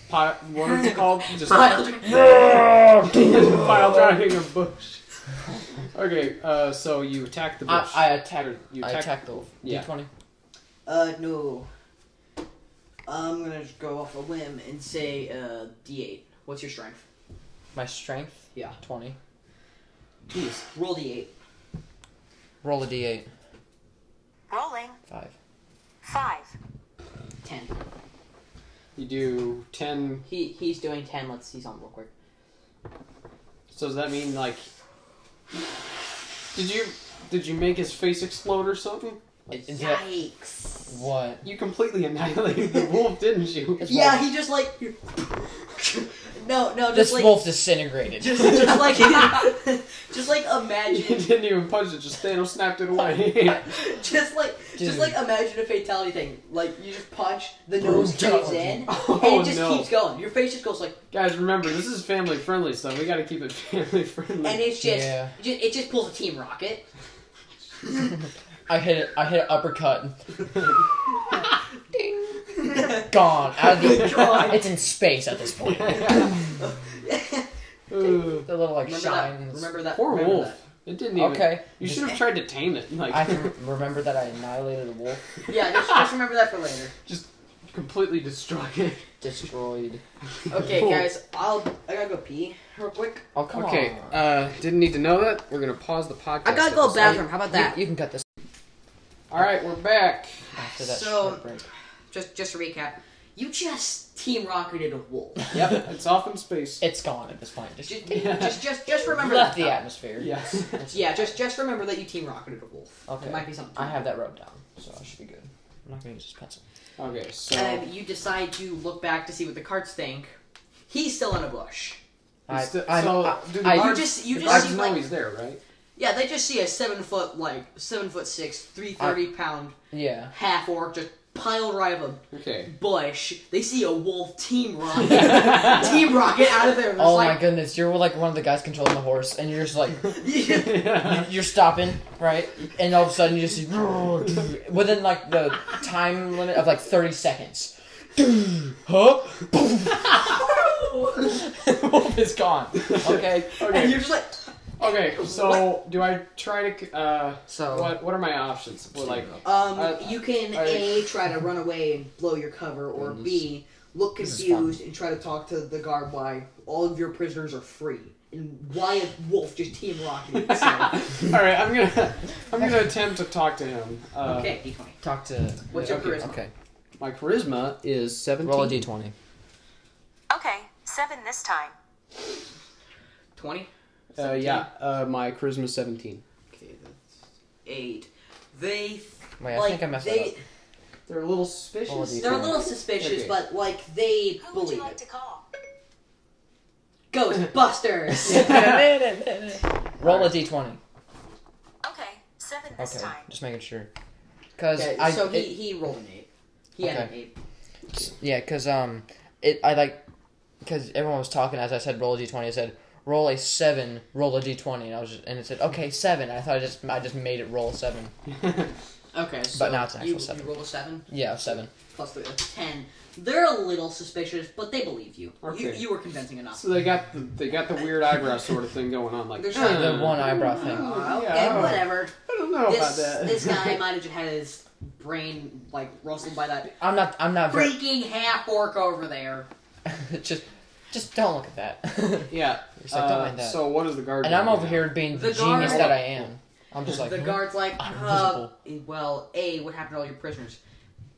S1: pile, what is it called? Just pile driving a bush. Okay, uh, so you attack the
S2: I,
S1: bush.
S2: I attack.
S1: you
S2: I attack the wolf.
S1: Yeah.
S2: D twenty.
S3: Uh, no. I'm gonna just go off a limb and say, uh, D8. What's your strength?
S2: My strength.
S3: Yeah.
S2: Twenty.
S1: Jeez.
S3: Roll D8.
S2: Roll a D eight.
S5: Rolling.
S2: Five.
S5: 5.
S3: 10.
S1: You do ten.
S3: He, he's doing 10. Let's see something real quick.
S1: So does that mean like? Did you did you make his face explode or something?
S2: Is that
S3: Yikes.
S2: what?
S1: You completely annihilated the wolf, didn't you?
S2: This
S3: Yeah,
S2: wolf-
S3: he just like. no, no, just
S2: This
S3: like.
S2: wolf disintegrated.
S3: Just, just like. just like
S1: You
S3: imagine.
S1: didn't even punch it, just Thanos snapped it away.
S3: Just like,
S2: Dude.
S3: just like imagine a fatality thing. Like you just punch, the nose caves in,
S1: Oh,
S3: and it just
S1: no.
S3: keeps going. Your face just goes like,
S1: Guys, remember, this is family friendly stuff. We gotta keep it family friendly.
S3: and it's just,
S2: Yeah.
S3: ju- it just pulls a team rocket.
S2: I hit it. I hit an uppercut. Gone. Out of the.
S3: God.
S2: It's in space at this point.
S1: Ugh.
S2: The little like
S3: Remember
S2: shines.
S3: that? Remember that?
S1: Poor
S3: remember
S1: wolf.
S3: that.
S1: It didn't even.
S2: Okay.
S1: You should have tried to tame it. Like,
S2: I can remember that I annihilated a wolf.
S3: Yeah, just, just remember that for later.
S1: completely destroy it.
S2: Destroyed.
S3: Okay,
S1: Cool.
S3: guys, I'll I gotta go pee real quick.
S2: Oh come
S1: Okay,
S2: on.
S1: uh, didn't need to know that. We're gonna pause the podcast.
S3: I gotta
S1: episode.
S3: go to the bathroom. How about that?
S2: You, you can cut this
S1: Alright, we're back.
S2: after that
S3: So-
S2: short break.
S3: Just just to recap, you just team rocketed a wolf.
S1: Yep, it's off in space.
S2: It's gone at this point. Just,
S3: Just just just, just remember
S2: left
S3: that.
S2: the atmosphere.
S1: Yeah.
S3: Yeah, just just remember that you team rocketed a wolf.
S2: Okay.
S3: It might be something.
S2: I have that rubbed down, so I should be good. I'm not gonna use this pencil.
S1: Okay, so.
S3: Um, you decide to look back to see what the carts think. He's still in a bush.
S2: I,
S1: Still-
S2: I'm-
S1: so,
S2: I-
S1: do the
S2: I- you
S1: guards-
S3: just- you
S1: the
S3: just
S1: guards
S3: see,
S1: know
S3: like-
S1: he's there, right?
S3: Yeah, they just see a seven foot like seven foot six, three thirty pound
S2: yeah.
S3: half orc just pile right of a
S1: Okay.
S3: bush, they see a wolf team rocket, team rocket out of there. and it's
S2: Oh
S3: like,
S2: my goodness, you're like one of the guys controlling the horse, and you're just like
S1: yeah.
S2: you're stopping, right? And all of a sudden you just see within like the time limit of like thirty seconds. huh? Boom. Wolf is gone. Okay.
S3: and you're just like,
S1: Okay, so do I try to? Uh,
S2: So
S1: what What are my options? Well, like,
S3: Um,
S2: Uh,
S1: I-
S3: you can
S1: I-
S3: A try to run away and blow your cover, or
S2: Goodness.
S3: B look
S2: Mm, is fun.
S3: confused and try to talk to the guard why all of your prisoners are free and why is Wolf just team rocketing himself.
S1: all right, I'm gonna I'm gonna attempt to talk to him. Uh,
S3: okay, D twenty.
S2: talk to
S3: What's your
S1: okay,
S3: charisma?
S2: okay.
S1: My charisma is seventeen.
S2: Roll a d twenty.
S5: Okay, 7 this time.
S3: Twenty.
S1: Uh, yeah, uh, my charisma is seventeen.
S3: Okay, that's eight. They
S2: Wait, I
S3: like
S2: think I messed
S3: they
S2: that up.
S1: They're a little suspicious.
S2: Roll a d20.
S3: they're a little suspicious,
S1: Okay.
S3: but like they
S5: Who would
S3: believe
S5: you like
S3: it.
S5: to call?
S3: Ghostbusters.
S2: Roll a d twenty.
S5: Okay, 7 this
S2: Okay,
S5: time.
S2: just making sure. Cause
S3: Okay,
S2: I
S3: so he,
S2: it-
S3: he rolled an eight. He had an eight.
S2: yeah, cause um it I like cause everyone was talking as I said roll a d twenty. I said roll a seven, roll a d twenty, and I was just, and it said okay seven. I thought I just I just made it roll a seven.
S3: Okay, so
S2: now it's an
S3: you,
S2: actual seven.
S3: you roll a seven
S2: Yeah, seven.
S3: plus three, that's ten. They're a little suspicious, but they believe you. You,
S1: Okay.
S3: you were convincing enough.
S1: so they got the, they got the weird eyebrow sort of thing going on. Like
S3: They're trying
S2: The
S1: "Uh,
S2: one eyebrow thing.
S3: Oh, okay,
S1: Yeah.
S3: whatever.
S1: I don't know
S3: This,
S1: about that.
S3: this guy might have just had his brain like rustled by that
S2: I'm not. I'm not. Very,
S3: freaking half orc over there.
S2: just, just don't look at that.
S1: yeah. uh,
S2: He's like, "Don't mind that."
S1: So what is the guard?
S2: and I'm
S1: doing
S2: over
S1: now?
S2: here being the,
S3: The
S2: genius
S3: guard-
S2: that I am. I'm just like
S3: the
S2: hmm,
S3: guard's like,
S2: I'm
S3: uh, well, A, what happened to all your prisoners?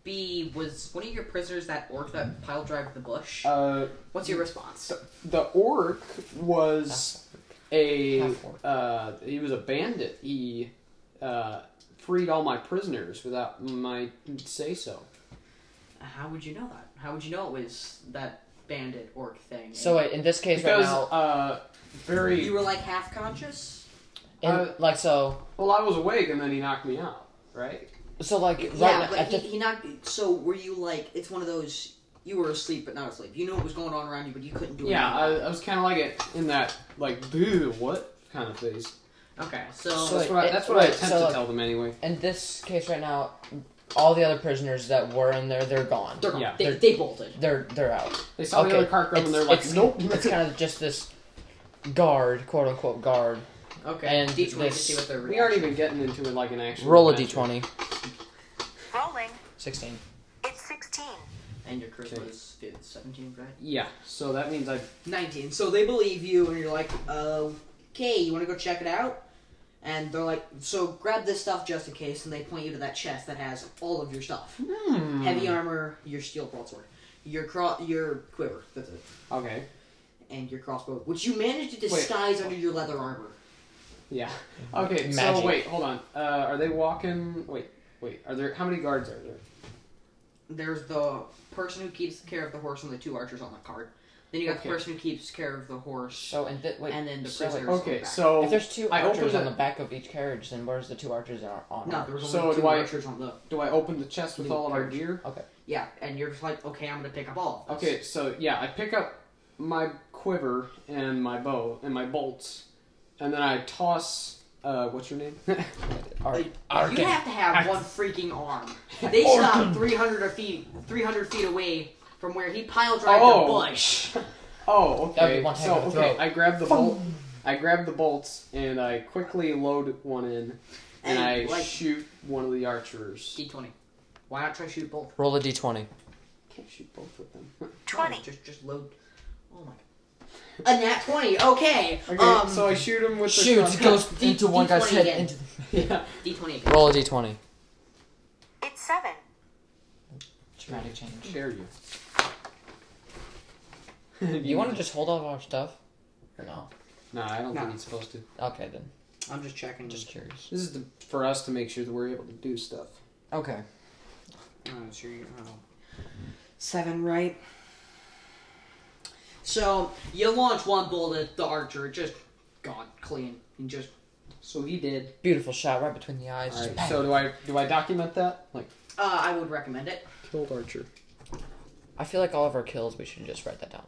S3: B, was one of your prisoners that orc that pile drive the bush?
S1: Uh,
S3: What's your response?
S1: the orc was a
S2: Half orc.
S1: uh, he was a bandit. He uh, freed all my prisoners without my say so.
S3: How would you know that? How would you know it was that bandit orc thing?
S2: hmm. So wait, in this case
S1: Because
S2: right now,
S1: uh, very
S3: you were like half conscious.
S2: in,
S1: uh,
S2: like so,
S1: well, I was awake and then he knocked me out. Right.
S2: so like right
S3: yeah,
S2: now,
S3: but
S2: at
S3: he,
S2: the-
S3: he knocked. So were you like? It's one of those. You were asleep, but not asleep. You knew what was going on around you, but you couldn't do it.
S1: Yeah, I, I was kind of like it in that like dude, what kind of phase.
S3: okay. So,
S2: So-
S1: That's what I,
S2: it-
S1: that's what I
S2: wait,
S1: attempt
S2: so,
S1: to
S2: like-
S1: tell them anyway.
S2: in this case right now, all the other prisoners that were in there, they're gone.
S3: they're gone.
S1: yeah,
S3: they,
S2: they're-
S3: they bolted.
S2: They're they're out.
S1: They saw the other car come and they're like,
S2: it's,
S1: nope.
S2: It's kind of just this guard, quote unquote guard.
S3: Okay.
S2: And
S3: D twenty to
S2: this-
S3: see what they're.
S1: we aren't even getting into it like an actual.
S2: Roll a
S1: adventure.
S2: d20.
S5: Rolling.
S2: Sixteen.
S5: It's 16.
S3: And your charisma
S1: Okay.
S3: is is seventeen, right?
S1: Yeah, so that means I.
S3: 19. So they believe you, and you're like, uh, okay, you want to go check it out? And they're like, so grab this stuff just in case, and they point you to that chest that has all of your stuff
S1: Hmm.
S3: heavy armor, your steel broadsword, your cro- your quiver, that's it,
S1: Okay.
S3: and your crossbow, which you managed to disguise under your leather armor.
S1: Yeah. Okay.
S2: Magic.
S1: So wait, hold on. Uh, are they walking? Wait, wait. Are there how many guards are there?
S3: There's the person who keeps care of the horse and the two archers on the card. Then you got
S1: Okay.
S3: the person who keeps care of the horse,
S2: So Oh, and th- wait.
S3: and then the
S2: so wait,
S3: prisoners. on the
S1: Okay,
S3: back.
S1: so
S2: if there's two
S1: I
S2: archers
S1: open
S2: on the
S1: the.
S2: back of each carriage, then where's the two archers that are on?
S3: no, there's only
S1: So
S3: two
S1: do I-
S3: archers on the
S1: Do I open the chest with all of our gear?
S3: yeah, and you're just like, okay, I'm gonna pick up all. Of this.
S1: Okay, so yeah, I pick up my quiver and my bow and my bolts, and then I toss. Uh, what's your name?
S2: Ar-
S3: Like, You
S2: Arkin.
S3: have to have one freaking arm. They stopped 300 or feet, 300 feet away from where he pile drive
S1: Oh.
S3: the bush.
S1: oh,
S2: That would
S1: okay.
S2: be one hand
S1: so
S2: with a
S1: okay,
S2: throat.
S1: I grab the bolt. I grab the bolts and I quickly load one in, and
S3: And,
S1: I
S3: like-
S1: shoot one of the archers.
S3: D20. Why not try shoot both?
S2: Roll a d20.
S1: Can't shoot both with them.
S5: 20.
S3: Just, just load. Oh my. god. A nat 20. Okay.
S1: Okay,
S3: um,
S1: so I shoot him with the
S2: Shoot,
S1: shotgun.
S2: goes
S3: D-
S2: into one guy's
S3: D20
S2: head.
S3: again.
S2: Into
S1: yeah.
S3: D20 again.
S2: roll a d20.
S5: It's 7.
S2: Dramatic change.
S1: Dare you?
S2: You want to just hold all of our stuff? No.
S1: No, I don't
S3: No.
S1: think it's supposed to.
S2: Okay then.
S3: I'm just checking.
S2: Just curious.
S1: This is the, for us to make sure that we're able to do stuff.
S2: Okay.
S3: Oh, so you oh. Seven, right? So you launch one bolt at the archer, it just gone clean, and just
S1: So he did.
S2: Beautiful shot right between the eyes.
S1: All
S2: Just
S1: right.
S2: bang.
S1: So do I? Do I document that? Like
S3: uh, I would recommend it.
S1: killed Archer.
S2: I feel like all of our kills, we should just write that down.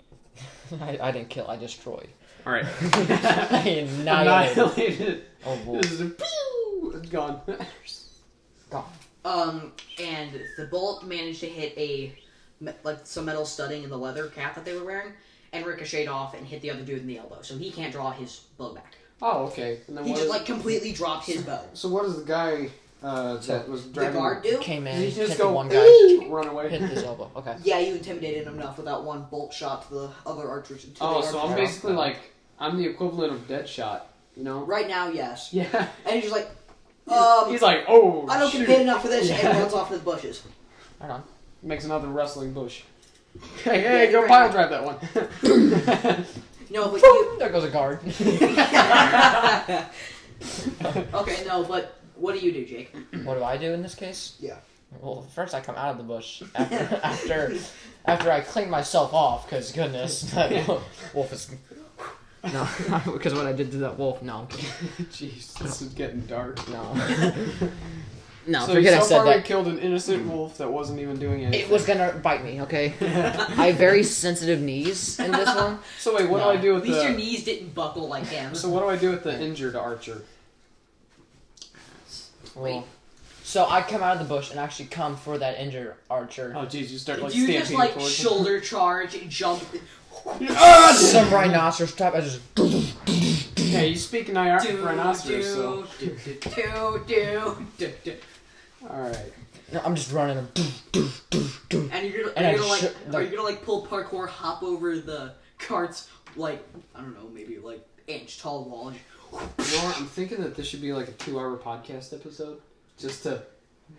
S2: I, I didn't kill, I destroyed.
S1: All right.
S2: I annihilated.
S1: Annihilated.
S2: Oh, boy.
S1: This is a pew. It's gone.
S2: Gone.
S3: Um, and the bolt managed to hit a me- like some metal studding in the leather cap that they were wearing, and ricocheted off and hit the other dude in the elbow, so he can't draw his bow back.
S1: Oh, okay. And then
S3: He
S1: what
S3: just
S1: is-
S3: like completely dropped his bow.
S1: so what does the guy uh, that was
S3: The
S1: driving?
S3: guard dude.
S2: Came in,
S1: Did he
S2: hit
S1: just
S2: the
S1: go
S2: one guy,
S1: run away?
S2: hit his elbow. Okay.
S3: Yeah, you intimidated him enough with that one bolt shot to the other archers. To
S1: Oh,
S3: the
S1: so
S3: archer.
S1: I'm basically like I'm the equivalent of Deadshot, you know?
S3: right now, yes.
S1: Yeah.
S3: And he's just like, um,
S1: He's like, oh,
S3: I don't
S1: shoot.
S3: get paid enough for this,
S1: Yeah.
S3: and runs off to the bushes.
S2: Right on.
S1: Makes another wrestling bush. hey, hey,
S3: Yeah,
S1: go
S3: right.
S1: pile drive that one.
S3: No, but you.
S2: There goes a guard.
S3: okay, no, but what do you do, Jake?
S2: what do I do in this case?
S3: Yeah.
S2: Well, first I come out of the bush after after after I clean myself off, because goodness, that wolf, wolf is no, because what I did to that wolf, no,
S1: Jeez, this is getting dark.
S2: no, no.
S1: so
S2: forget
S1: so
S2: I said
S1: far we
S2: that.
S1: killed an innocent wolf that wasn't even doing anything.
S2: It was gonna bite me. Okay, I have very sensitive knees in this one.
S1: So wait, what
S2: No.
S1: do I do
S3: At
S1: with
S3: least your
S1: the?
S3: knees didn't buckle like him.
S1: So what do I do with the injured archer?
S2: Well, so I come out of the bush and actually come for that injured archer.
S1: Oh, jeez, you start like
S3: you
S1: stamping
S3: just like
S1: towards
S3: shoulder charge, jump.
S2: Some rhinoceros type. I just
S1: Yeah, Ah! you speak Nyar-
S3: Do,
S1: rhinoceros. So.
S3: do, do, do, do, do, do, do.
S1: All right.
S2: no, I'm just running.
S3: And you're gonna,
S2: And
S3: are you
S2: I
S3: gonna like,
S2: shoot,
S3: are
S2: like-
S3: you gonna like pull parkour, hop over the cart's like, I don't know, maybe like inch tall wall. And
S1: You know what? I'm thinking that this should be like a two-hour podcast episode, just to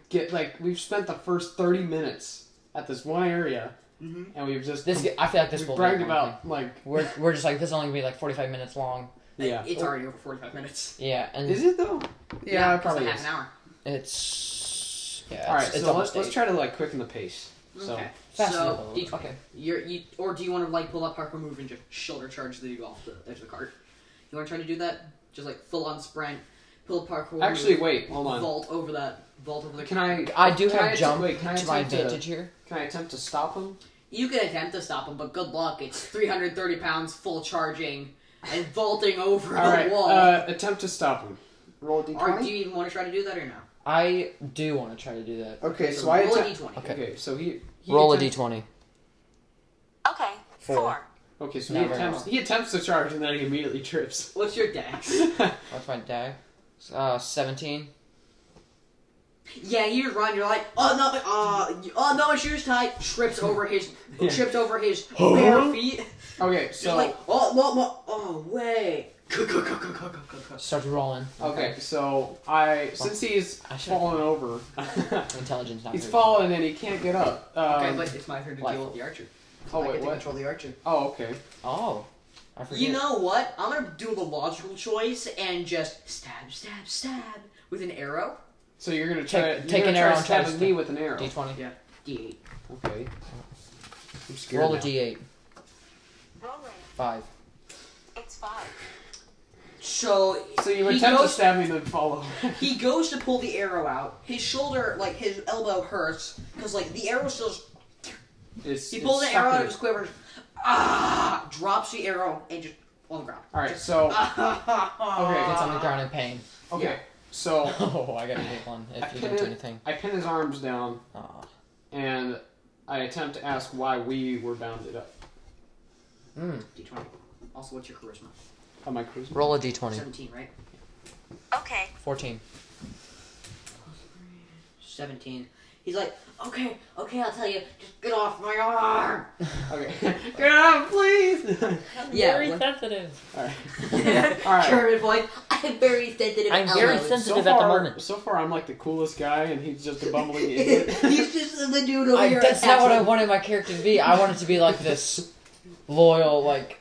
S1: get like we've spent the first 30 minutes at this one area,
S3: Mhm.
S1: and we've Mm-hmm. just
S2: This I feel like this
S1: we
S2: will
S1: bragged
S2: be one
S1: about like
S2: thing. We're we're just like this. Is only gonna be like 45 minutes long.
S1: yeah.
S3: It's already over 45 minutes.
S2: Yeah, and
S1: Is it though? Yeah, it
S3: it's like
S1: probably
S3: half
S1: is.
S3: an hour.
S2: It's yeah.
S1: All right,
S2: it's, it's
S1: so let's,
S2: almost
S1: let's
S2: eight.
S1: try to like quicken the pace. So
S3: Okay.
S2: Fasten up
S3: so,
S2: a little
S3: you,
S2: bit. okay.
S3: you're, you, or do you want to like pull that parkour move and just shoulder charge the dude off the edge of the cart? You want to try to do that? Just like full on sprint, pull a parkour.
S1: actually,
S3: move,
S1: wait, hold on.
S3: Vault over that. Vault over the.
S1: Can I?
S2: I do
S1: can
S2: have
S1: att-
S2: jump
S1: Wait, can I
S2: to my
S1: attempt
S2: advantage
S1: to,
S2: here.
S1: Can I attempt to stop him?
S3: You can attempt to stop him, but good luck. It's 330 pounds full charging and vaulting over
S1: All
S3: the
S1: right,
S3: wall.
S1: uh, attempt to stop him. Roll d
S3: or do
S1: d20.
S3: you even want to try to do that or no?
S2: I do want to try to do that.
S1: Okay,
S3: So
S1: so I
S3: roll a
S1: attempt.
S3: d20.
S2: Okay.
S1: Okay, so he, he
S2: Roll a
S1: attempt-
S2: d20.
S5: Okay.
S2: Four.
S5: Four.
S1: Okay, so
S2: Not
S1: he
S2: very
S1: attempts.
S2: well.
S1: He attempts to charge and then he immediately trips.
S3: What's your dex?
S2: What's my die? Uh, 17.
S3: Yeah, you run. You're like, oh no, my- uh, you- oh no, my shoes tight. Trips over his,
S1: Yeah.
S3: trips over his
S1: Huh?
S3: bare feet.
S1: okay,
S3: So
S1: so
S3: like, oh, what, what, oh wait. Go, go, go, go, go, go, go, go.
S2: Starts rolling. Oh,
S1: okay, so I since he's
S2: I should-
S1: fallen over,
S2: Intelligence not
S1: he's
S2: very-
S1: fallen and he can't get up. Um,
S3: Okay, but it's my turn to deal
S2: Rifle.
S3: with the archer.
S1: oh
S3: I
S1: wait,
S3: get to
S1: what?
S3: control the archer.
S1: Oh okay.
S2: Oh. I forget.
S3: You know what? I'm gonna do the logical choice and just stab, stab, stab with an arrow.
S1: So you're gonna try.
S2: Take-
S1: you're
S2: take
S1: gonna
S2: an
S1: try
S2: arrow and try to
S1: stabbing
S2: stab-
S1: me with an arrow.
S2: D20.
S3: Yeah. D8.
S1: Okay. I'm scared
S2: Roll a
S1: now.
S2: d8.
S5: Rolling.
S2: 5.
S5: It's five.
S3: So,
S1: So you
S3: he
S1: attempt to
S3: goes-
S1: stab me and then fall over.
S3: He goes to pull the arrow out. His shoulder, like his elbow, hurts because like the arrow still.
S1: It's,
S3: He
S1: it's
S3: pulls the
S1: stuck
S3: arrow
S1: in
S3: out of
S1: it.
S3: his quiver. Ah! Drops the arrow and just on the ground.
S1: All right, so
S2: Gets
S1: okay,
S2: on the ground in pain.
S1: okay, so
S2: Oh, I gotta take one
S1: I
S2: if you
S1: pin
S2: don't do
S1: it-
S2: anything.
S1: I pin his arms down
S2: Aw.
S1: and I attempt to ask why we were bounded up.
S2: Mm.
S3: D20. Also, what's your charisma?
S1: Am I cruising?
S2: Roll a d20.
S3: Seventeen, right?
S5: Okay.
S2: 14.
S3: Seventeen. He's like, okay, okay, I'll tell you. Just get off my arm.
S1: Okay, get out, please.
S3: Yeah. Very like-
S2: sensitive.
S1: All right. All right.
S3: German voice. I'm very sensitive.
S2: I'm very
S3: elbows."
S2: sensitive.
S1: So
S2: Sensitive at the
S1: far,
S2: moment.
S1: so far, I'm like the coolest guy, and he's just a bumbling idiot.
S3: He's just the dude over here.
S2: that's not what I
S3: attacking.
S2: wanted my character to be. I wanted to be like this loyal, like,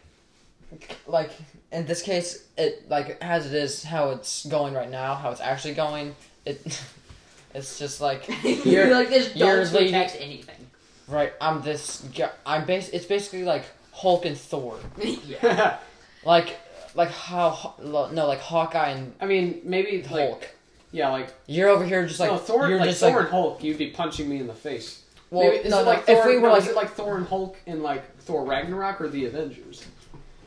S2: like in this case, it like as it is, how it's going right now, how it's actually going. It, it's just like
S3: you're,
S2: You're-
S3: like this
S2: you're
S3: dog
S2: leading-
S3: attacks anything.
S2: right. I'm this. gu- I'm bas. It's basically like Hulk and Thor.
S3: yeah.
S2: Like, like how Haw- lo- no, like Hawkeye and
S1: I mean, maybe like
S2: Hulk.
S1: yeah, like
S2: You're over here just like
S1: no, Thor,
S2: you're
S1: like
S2: just
S1: Thor
S2: like
S1: and Hulk, you'd be punching me in the face.
S2: well,
S1: maybe, is
S2: no,
S1: it
S2: no,
S1: like
S2: if
S1: Thor,
S2: we were
S1: no,
S2: like
S1: is it like Thor and Hulk in like Thor Ragnarok or the Avengers?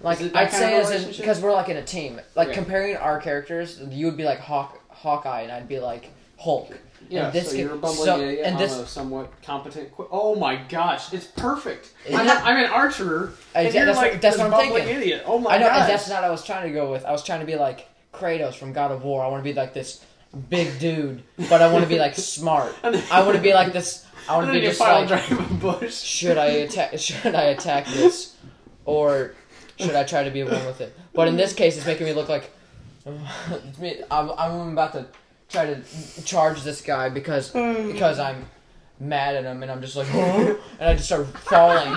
S2: Like
S1: Is it that
S2: I'd
S1: kind
S2: say,
S1: of
S2: as
S1: relationship?
S2: because we're like in a team. Like
S1: Yeah.
S2: comparing our characters, you would be like Hawk, Hawkeye, and I'd be like Hulk.
S1: Yeah,
S2: this
S1: so
S2: could-
S1: you're a bumbling
S2: so-
S1: idiot.
S2: and
S1: I'm
S2: this-
S1: a somewhat competent. Qu- oh my gosh, it's perfect.
S2: Isn't
S1: I'm,
S2: it?
S1: I'm an archer,
S2: I-
S1: and you're
S2: that's what-
S1: like
S2: that's
S1: this
S2: what I'm
S1: bumbling
S2: thinking.
S1: idiot. Oh my
S2: I know,
S1: gosh.
S2: and that's not what I was trying to go with. I was trying to be like Kratos from God of War. I want to be like this big dude, but I want to be like smart.
S1: And then-
S2: I want to be like this. I want
S1: And
S2: to
S1: then
S2: be
S1: you
S2: just
S1: pile
S2: like,
S1: drive a bush.
S2: should I attack? Should I attack this, or should I try to be one with it? But in this case, it's making me look like it's me. I'm, I'm about to try to charge this guy because because I'm mad at him and I'm just like and I just start falling.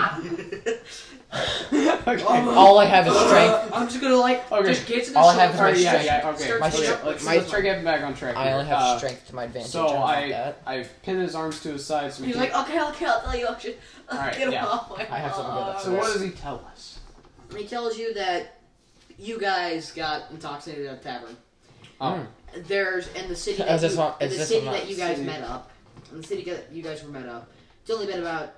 S1: Okay.
S2: All I have is strength.
S3: I'm just gonna like
S1: Okay.
S3: just get to the
S2: All I
S3: shoulder.
S2: have is my
S1: Alright, yeah,
S2: strength.
S1: yeah, okay.
S3: Start-
S1: okay,
S2: start-
S1: let's,
S2: my-
S1: let's try getting back on track.
S2: I
S1: here.
S2: only have
S1: Uh,
S2: strength to my advantage.
S1: So
S2: I don't have
S1: I
S2: that.
S1: I've pinned his arms to his side. So we
S3: He's
S1: can't-
S3: like, okay, okay, I'll tell you. I'll just- I'll
S1: Alright,
S3: get him
S1: yeah.
S3: off my
S2: I have something good
S3: arm.
S2: that's
S1: so what does he tell us?
S3: He tells you that you guys got intoxicated at a tavern.
S1: Oh,
S3: There's in the city
S2: Is
S3: that,
S2: this
S3: you,
S2: one-
S3: in
S2: is
S3: the
S2: this
S3: city
S2: one
S3: that
S2: not-
S3: you guys
S1: City.
S3: met up. In the city that you guys were met up. It's only been about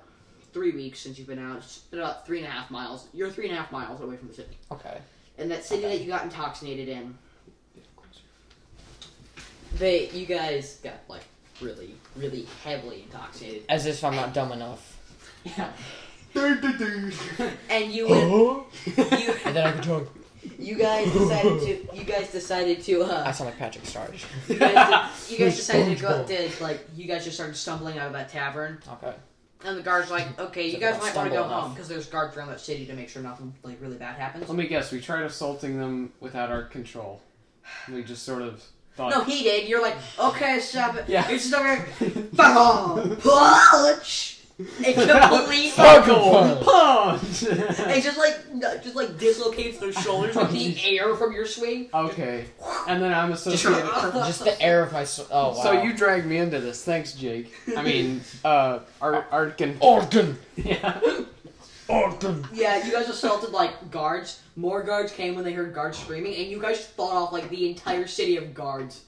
S3: three weeks since you've been out. It's been about three and a half miles. You're three and a half miles away from the city.
S2: Okay.
S3: And that city that you got intoxicated in, they you guys got like really, really heavily intoxicated.
S2: As if I'm not dumb enough.
S3: Yeah.
S2: Hmm.
S3: and you went,
S2: and
S3: you
S2: then I could talk.
S3: you guys decided to you guys decided to uh
S2: I sound like Patrick Starge.
S3: You guys, did- you guys decided to go up to like you guys just started stumbling out of that tavern,
S2: Okay.
S3: and the guards like, okay, you
S2: Didn't
S3: guys might want to
S2: stumble
S3: go
S2: enough. Oh,
S3: home because there's guards around that city to make sure nothing like really bad happens.
S1: let me guess. We tried assaulting them without our control. We just sort of thought.
S3: No, he did. You're like, okay, stop it.
S1: Yeah.
S3: You're just over here, fuck off, punch. It completely.
S1: Buckle punch.
S3: It just like no, just like dislocates their shoulders with
S2: Oh,
S3: the air from your swing.
S1: okay, and then I'm associated.
S2: Just the air of my. Sw- oh wow.
S1: So you dragged me into this. Thanks, Jake. I mean, uh, Art, Art can.
S2: Organ.
S1: Yeah.
S2: Organ.
S3: Yeah, you guys assaulted like guards. More guards came when they heard guards screaming, and you guys fought off like the entire city of guards.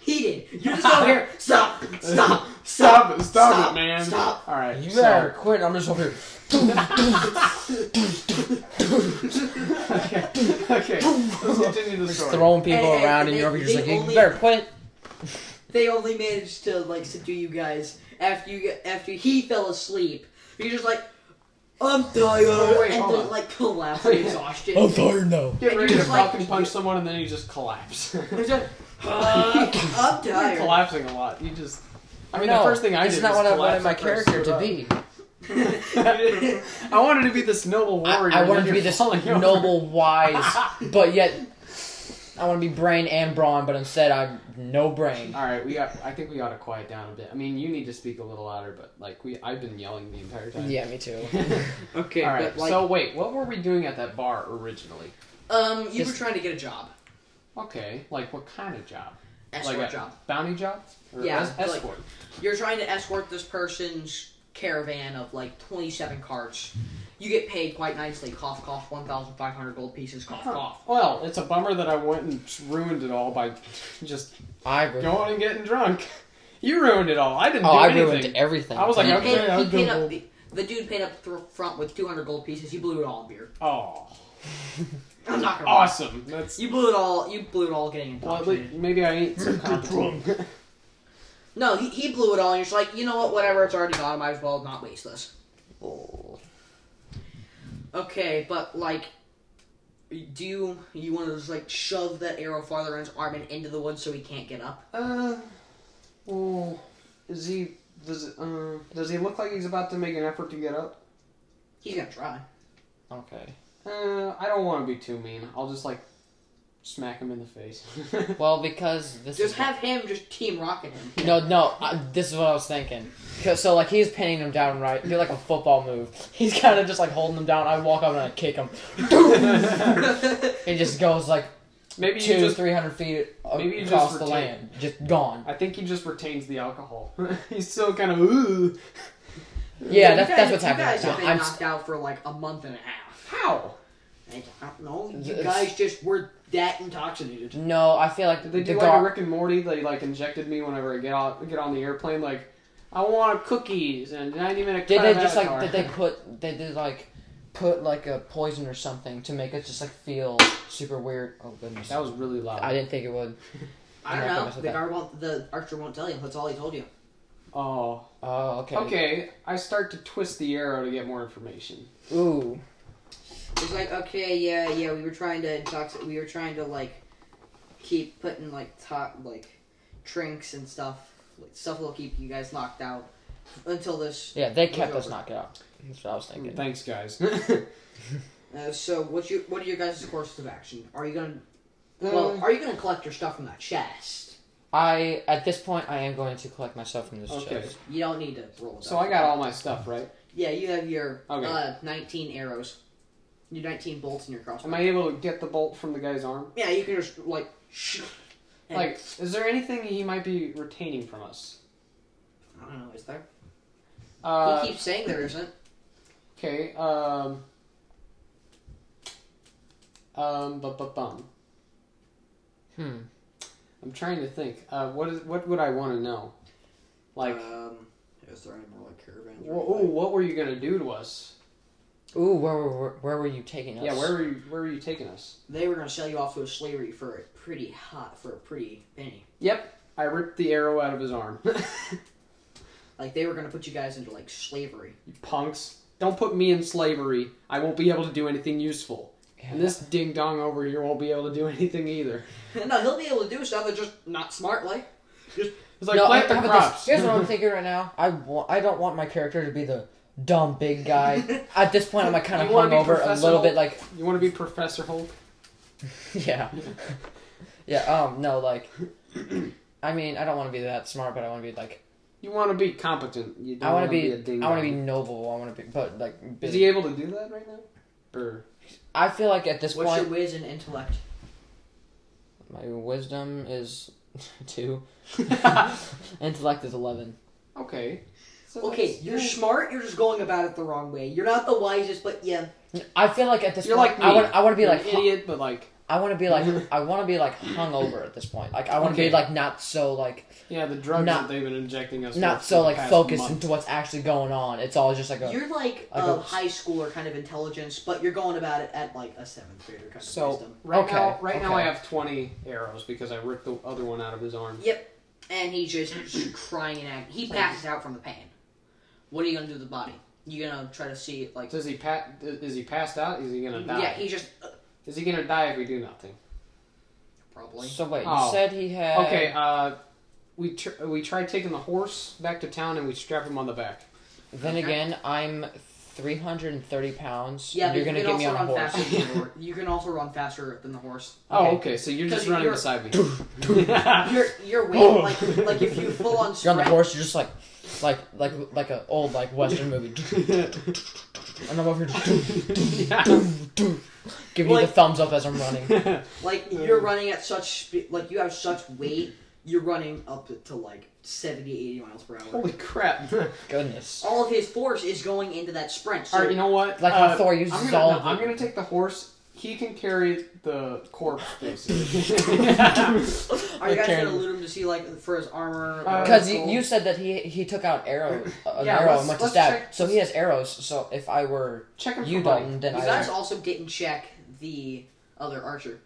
S3: he did. You're just over here. Stop! Stop!
S1: Stop it! Stop,
S3: Stop,
S1: it, man!
S3: stop.
S1: All right.
S2: You
S1: so-
S2: better quit. I'm just over here.
S1: okay. Okay. Let's continue the story.
S2: Throwing people
S3: Hey, hey,
S2: around, and
S3: they-
S2: you're over here just
S3: they
S2: like, you
S3: only-
S2: better quit.
S3: They only managed to like subdue you guys after you after he fell asleep. You're just like, I'm tired,
S1: Oh, wait,
S3: and
S1: hold
S3: then
S1: on.
S3: like collapse in exhaustion.
S2: tired now.
S1: Get ready
S3: And you're
S1: to
S3: just like-
S1: fucking punch someone, and then you just collapse.
S3: It's just, "Uh, I'm
S1: You're
S3: tired.
S1: collapsing a lot. You just. I mean, the first thing I
S2: it's
S1: did
S2: not
S1: was
S2: what I
S1: collapse
S2: wanted my
S1: after I
S2: character
S1: stood
S2: to
S1: up.
S2: be.
S1: I wanted to be this noble
S2: I,
S1: warrior.
S2: I
S1: and
S2: wanted
S1: then
S2: to be
S1: you're
S2: this
S1: falling over.
S2: noble, wise, but yet I want to be brain and brawn, but instead I'm no brain.
S1: All right, we got. I think we ought to quiet down a bit. I mean, you need to speak a little louder, but like we, I've been yelling the entire time.
S2: Yeah, me too.
S3: Okay,
S1: All right.
S3: but like,
S1: so wait, what were we doing at that bar originally?
S3: um, you
S2: Just-
S3: were trying to get a job,
S1: Okay, like what kind of job?
S3: escort
S1: like
S3: job.
S1: bounty job? Or
S3: Yeah,
S1: es-
S3: like-
S1: escort.
S3: You're trying to escort this person's caravan of like 27 carts. You get paid quite nicely. Cough, cough. 1,500 gold pieces. Cough, cough.
S1: Well, it's a bummer that I went and ruined it all by just
S2: I ruined.
S1: going and getting drunk. You ruined it all. I didn't
S2: oh,
S1: do
S2: I
S1: anything.
S2: ruined everything.
S1: I was like,
S3: He
S1: okay,
S3: paid-
S1: I'll
S3: he paid
S1: go.
S3: up, the, the dude paid up thr front with 200 gold pieces. You blew it all in beer.
S1: Oh,
S3: I'm not gonna. lie.
S1: awesome. That's
S3: You blew it all. You blew it all getting
S1: well, at least-
S3: intoxicated.
S1: maybe I ain't so competent.
S3: No, he, he blew it all. And you're just like, you know what? Whatever. It's already gone. I might as well not waste this.
S1: Oh.
S3: Okay, but like, do you you want to just like shove that arrow farther in his arm and into the wood so he can't get up?
S1: Uh, well, is he? Does uh, does he look like he's about to make an effort to get up?
S3: He's gonna try.
S2: okay.
S1: Uh, I don't want to be too mean. I'll just like smack him in the face.
S2: Well, because this
S3: Just
S2: is
S3: have him just team rocket him.
S2: no, no. I, this is what I was thinking. 'Cause- So like he's pinning him down right, do like a football move. He's kind of just like holding him down. I walk up and I kick him. It just goes like
S1: maybe you
S2: two,
S1: just.
S2: three hundred feet a-
S1: maybe you
S2: across
S1: just
S2: the
S1: retain-
S2: land, just gone.
S1: I think he just retains the alcohol. he's still kind of ooh.
S2: Yeah,
S3: You
S2: that's,
S3: guys-
S2: that's what's
S3: you
S2: happening.
S3: guys
S2: right now.
S3: have been
S2: I'm s-
S3: knocked out for like a month and a half.
S1: How?
S3: I don't know. You
S2: It's-
S3: guys just were that intoxicated.
S2: No, I feel like
S1: Did they
S2: the
S1: do like a
S2: gar-
S1: Rick and Morty? They like injected me whenever I get out, get on the airplane. Like, I want cookies and ninety minute.
S2: Did
S1: cut
S2: they
S1: of
S2: just like
S1: Avatar."
S2: did they put they did like put like a poison or something to make us just like feel super weird? Oh goodness,
S1: That was really loud.
S2: I didn't think it would.
S3: I
S2: Yeah,
S3: don't
S2: I
S3: know.
S2: messed with
S3: The
S2: that.
S3: guard won't. The archer won't tell you. That's all he told you.
S1: Oh.
S2: Oh, okay.
S1: Okay, I start to twist the arrow to get more information.
S2: Ooh.
S3: He's like, okay, yeah, yeah. We were trying to intox- We were trying to like keep putting like top like drinks and stuff. Like, stuff will keep you guys knocked out until this.
S2: Yeah, they kept
S3: was
S2: us
S3: over.
S2: knocked out. That's what I was
S1: Hmm.
S2: thinking.
S1: Thanks, guys.
S3: Uh, so what's your what are your guys' courses of action? Are you gonna well?
S2: Um,
S1: well,
S3: Are you gonna collect your stuff from that chest?
S2: I at this point I am going to collect myself from this
S1: Okay.
S2: chest.
S3: You don't need to roll. a
S1: so
S3: dice.
S1: I got all my stuff, right?
S3: Yeah, you have your
S1: Okay.
S3: uh, nineteen arrows, your nineteen bolts in your crossbow.
S1: Am I able to get the bolt from the guy's arm?
S3: Yeah, you can just like. Shh. And-
S1: Like, is there anything he might be retaining from us?
S3: I don't know, is there?
S1: Uh,
S3: he keeps saying there isn't.
S1: okay. Um. Um. But but bum.
S2: Hmm.
S1: I'm trying to think. Uh, what is what would I want to know? Like,
S3: um, is there any more like caravans?
S1: wh- ooh, what were you gonna do to us?
S2: Ooh, where were where, where were you taking us?
S1: Yeah, where were you, where were you taking us?
S3: They were gonna sell you off to a slavery for a pretty hot for a pretty penny.
S1: Yep, I ripped the arrow out of his arm.
S3: Like they were gonna put you guys into like slavery.
S1: you punks! Don't put me in slavery. I won't be able to do anything useful.
S2: Yeah.
S1: And this ding dong over here won't be able to do anything either.
S3: no, he'll be able to do stuff, but just not smartly.
S1: It's like
S2: no,
S1: plant
S2: I,
S1: the
S2: how about
S1: crops.
S2: This, here's what I'm thinking right now. I wa- I don't want my character to be the dumb big guy. at this point, I'm like kind of
S1: You wanna be
S2: hungover a little
S1: professional?
S2: bit. Like,
S1: You want to be Professor Hulk?
S2: yeah, yeah. Um, no, like, I mean, I don't want to be that smart, but I want to be like,
S1: You want to be competent. You don't
S2: I
S1: want to
S2: be,
S1: a ding
S2: I want
S1: dong.
S2: to be noble. I want to be, but like,
S1: Is
S2: big.
S1: he able to do that right now? Or
S2: I feel like at this
S3: What's
S2: point,
S3: your whiz and intellect?
S2: my wisdom is two, intellect is eleven.
S1: okay. So
S3: Okay,
S1: that's-
S3: you're smart. You're just going about it the wrong way. You're not the wisest, but yeah,
S2: I feel like at this
S1: You're
S2: point,
S1: like
S2: I
S1: me.
S2: want, I want to be
S1: You're
S2: like,
S1: an
S2: hun-
S1: idiot, but like
S2: I want to be like, I want to be like hungover at this point. Like, I want to
S1: Okay.
S2: be like not so like.
S1: yeah, the drugs
S2: Not-
S1: that they've been injecting us.
S2: not
S1: with
S2: so
S1: for the
S2: like
S1: past
S2: focused
S1: month.
S2: into what's actually going on. It's all just like a
S3: you're like
S2: I
S3: a
S2: go-
S3: high schooler kind of intelligence, but you're going about it at like a seventh grader kind of
S1: So
S3: wisdom.
S1: right
S2: Okay,
S1: now, right now I
S2: okay.
S1: have twenty arrows because I ripped the other one out of his arm.
S3: And he just is crying out. He passes out from the pain. What are you gonna do with the body? You gonna try to see it like?
S1: Does he pa- Is he passed out? Is he gonna die?
S3: Yeah, he just uh,
S1: Is he gonna die if we do nothing?
S3: probably.
S2: So wait, you
S1: Oh.
S2: said he had
S1: Okay. Uh, we tr- we tried taking the horse back to town and we strapped him on the back.
S2: Then
S3: Okay.
S2: again, I'm 330 pounds.
S3: Yeah,
S2: Yeah,
S3: but
S2: you're
S3: you
S2: gonna
S3: can
S2: get me
S3: also
S2: on a
S3: run
S2: horse.
S3: faster. Than the horse. You can also run faster than the horse.
S1: Oh,
S2: Okay.
S1: okay. So you're
S3: 'Cause
S1: just running
S3: you're-
S1: beside me.
S3: Your your weight,
S2: Oh.
S3: like like if you full on
S2: You're on the
S3: strength,
S2: horse. You're just like, like, like, like an old like Western movie. And I'm over here. giving you
S3: Like-
S2: the thumbs up as I'm running.
S1: yeah.
S3: like you're running at such spe- like you have such weight, you're running up to like 70, 80 miles per hour.
S1: Holy crap!
S2: Goodness.
S3: All of his force is going into that sprint. So
S1: All right, you know what?
S2: Like
S1: Uh,
S2: how Thor uses
S1: I'm gonna,
S2: all.
S1: no,
S2: of
S1: I'm
S2: it.
S1: gonna take the horse. He can carry the corpse, basically.
S3: are you
S2: like
S3: guys gonna
S2: Karen-
S3: loot him to see like for his armor?
S1: Uh,
S2: Because
S1: Cool.
S2: you, you said that he he took out arrow uh, an
S1: Yeah,
S2: arrow
S1: let's-
S2: and went to
S1: let's
S2: stab.
S1: check-
S2: so he has arrows. So if I were
S1: Check him
S2: you,
S1: for bite.
S2: Dalton, then
S3: you
S2: I
S3: guys also didn't check the other archer.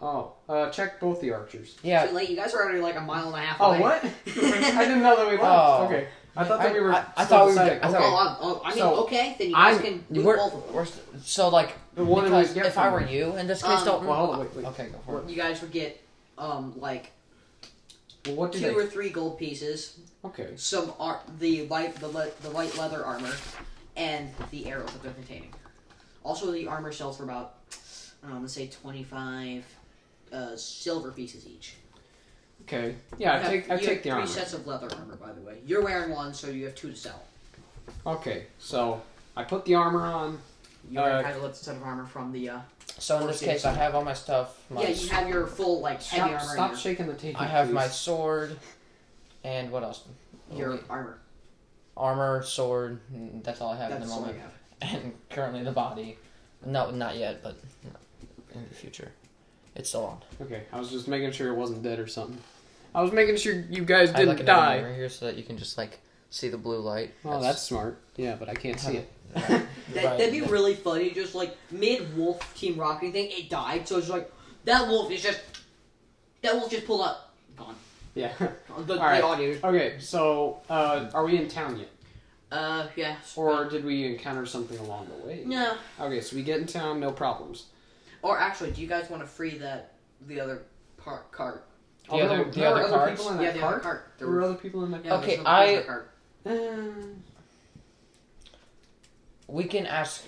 S1: Oh, uh, check both the archers.
S2: yeah.
S3: So, like you guys are already like a mile and a half.
S1: Oh,
S3: away.
S1: what? I didn't know that we left.
S2: Oh.
S1: Okay, I thought that
S2: I-
S1: we were.
S2: I- I
S1: still
S2: thought we were-
S1: deciding.
S2: I
S1: Okay.
S2: thought-
S3: Oh, I'm- oh, I mean,
S1: So,
S3: okay, then you guys
S1: I'm-
S3: can do
S2: We're,
S3: both of them.
S2: we're, so like
S1: The one who
S2: because
S1: was
S2: if
S1: getting
S2: I
S1: them.
S2: were you in this
S3: Um,
S2: case, Dalton.
S1: well, hold on, wait, wait.
S2: Okay, go for it.
S3: You guys would get um like
S1: Well, what did
S3: two or
S1: they?
S3: three gold pieces,
S1: Okay.
S3: some ar- the light the le- the light leather armor, and the arrows that they're containing. Also, the armor sells for about I don't know, let's say twenty five uh, silver pieces each.
S1: Okay. Yeah,
S3: You
S1: I
S3: have-
S1: take I
S3: you have
S1: take the
S3: three
S1: armor.
S3: sets of leather armor, by the way. You're wearing one, so you have two to sell.
S1: Okay, so I put the armor on.
S3: You
S1: Uh,
S3: had a set of armor from the. Uh,
S2: So in this
S3: Fourteen.
S2: case, I have all my stuff. My,
S3: yeah, you have your full like heavy
S1: Stop,
S3: armor. and
S1: stop
S3: your-
S1: shaking the table.
S2: I have my
S1: please.
S2: sword, and what else?
S3: your armor.
S2: armor, sword. and That's all I have at the
S3: That's all
S2: moment,
S3: you have.
S2: and currently the body. No, not yet, but in the future, it's still on.
S1: Okay, I was just making sure it wasn't dead or something. I was making sure you guys
S2: I
S1: didn't
S2: like another
S1: die.
S2: mirror here so that you can just like see the blue light.
S1: Oh, that's smart. Yeah, but I can't see it.
S3: That, That'd be really funny, just like mid wolf team rocketing thing, it died, so it's like that wolf is just That wolf just pulled up. Gone.
S1: Yeah.
S3: The, the
S1: right.
S3: audio.
S1: okay, so uh, are we in town yet?
S3: Uh, yeah.
S1: Or did we encounter something along the way?
S3: no.
S1: Okay, so we get in town, no problems.
S3: Or actually, do you guys want to free that the other part cart?
S1: The
S2: Although
S1: other,
S2: there
S1: the
S2: were
S1: other,
S2: other
S1: cards?
S2: people
S1: in
S3: yeah,
S1: that
S3: the other
S1: cart?
S3: cart. There
S1: There were
S3: were-
S1: other people in that
S3: yeah,
S1: cart?
S2: Okay,
S3: there's no
S2: I-
S3: other cart.
S1: Uh,
S2: We can ask.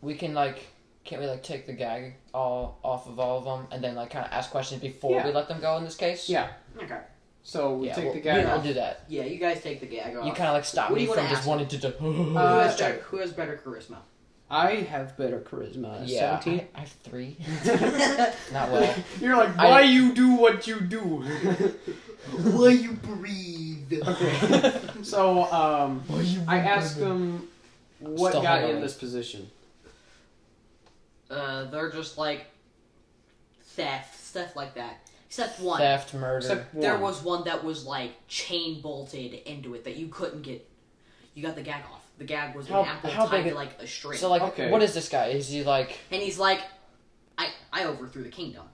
S2: We can like. Can't we like take the gag all off of all of them and then like kind of ask questions before
S1: Yeah.
S2: we let them go in this case?
S1: Yeah.
S3: Okay.
S1: So we
S2: Yeah,
S1: take
S2: we'll,
S1: the guy
S2: we'll
S1: off.
S2: do that.
S3: Yeah, you guys take the gag off.
S2: You kind of like stop
S3: What do
S2: me
S3: you
S2: from
S3: wanna
S2: just
S3: ask?
S2: wanting to. Do-
S3: Who
S1: Uh,
S3: has better, who has better charisma?
S1: I have better charisma.
S2: yeah, I,
S1: 17.
S2: I have three.
S3: Why
S2: Not well.
S1: You're like,
S2: I-
S1: why you do what you do?
S3: you breathe?
S1: okay. So, um, I asked them what
S2: Still
S1: got you
S2: holding
S1: in
S2: it.
S1: this position.
S3: Uh, they're just like theft, stuff like that. Except one.
S2: Theft, murder.
S1: Except one.
S3: There was one that was like chain bolted into it that you couldn't get. You got the gag off. The gag was
S2: How-
S3: an apple
S2: how
S3: tied
S2: big
S3: to
S2: it-
S3: like a string.
S2: so like,
S1: Okay.
S2: what is this guy? Is he like?
S3: and he's like, I I overthrew the kingdom.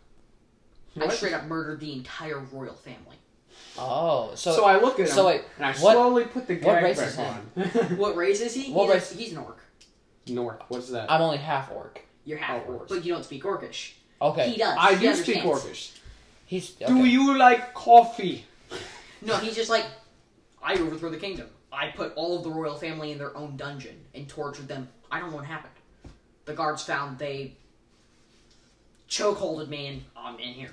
S1: What?
S3: I straight up murdered the entire royal family.
S2: Oh, so,
S1: So, I look at him
S2: so wait,
S1: and I
S2: what-
S1: slowly put the
S2: what
S1: gag
S2: race
S1: back
S2: is
S1: on.
S3: What race is he?
S2: What
S3: he's,
S2: race-
S3: He's an orc.
S1: Nork, what's that?
S2: I'm only half orc.
S3: You're half
S1: Oh,
S3: orc,
S1: orcs.
S3: but you don't speak orcish.
S2: Okay,
S3: He does.
S1: I
S3: He
S1: do speak
S3: understands.
S1: Orcish.
S2: he's.
S1: Do
S2: okay.
S1: you like coffee?
S3: No, he's just like, I overthrow the kingdom. I put all of the royal family in their own dungeon and tortured them. I don't know what happened. The guards found they chokeholded me and I'm in here.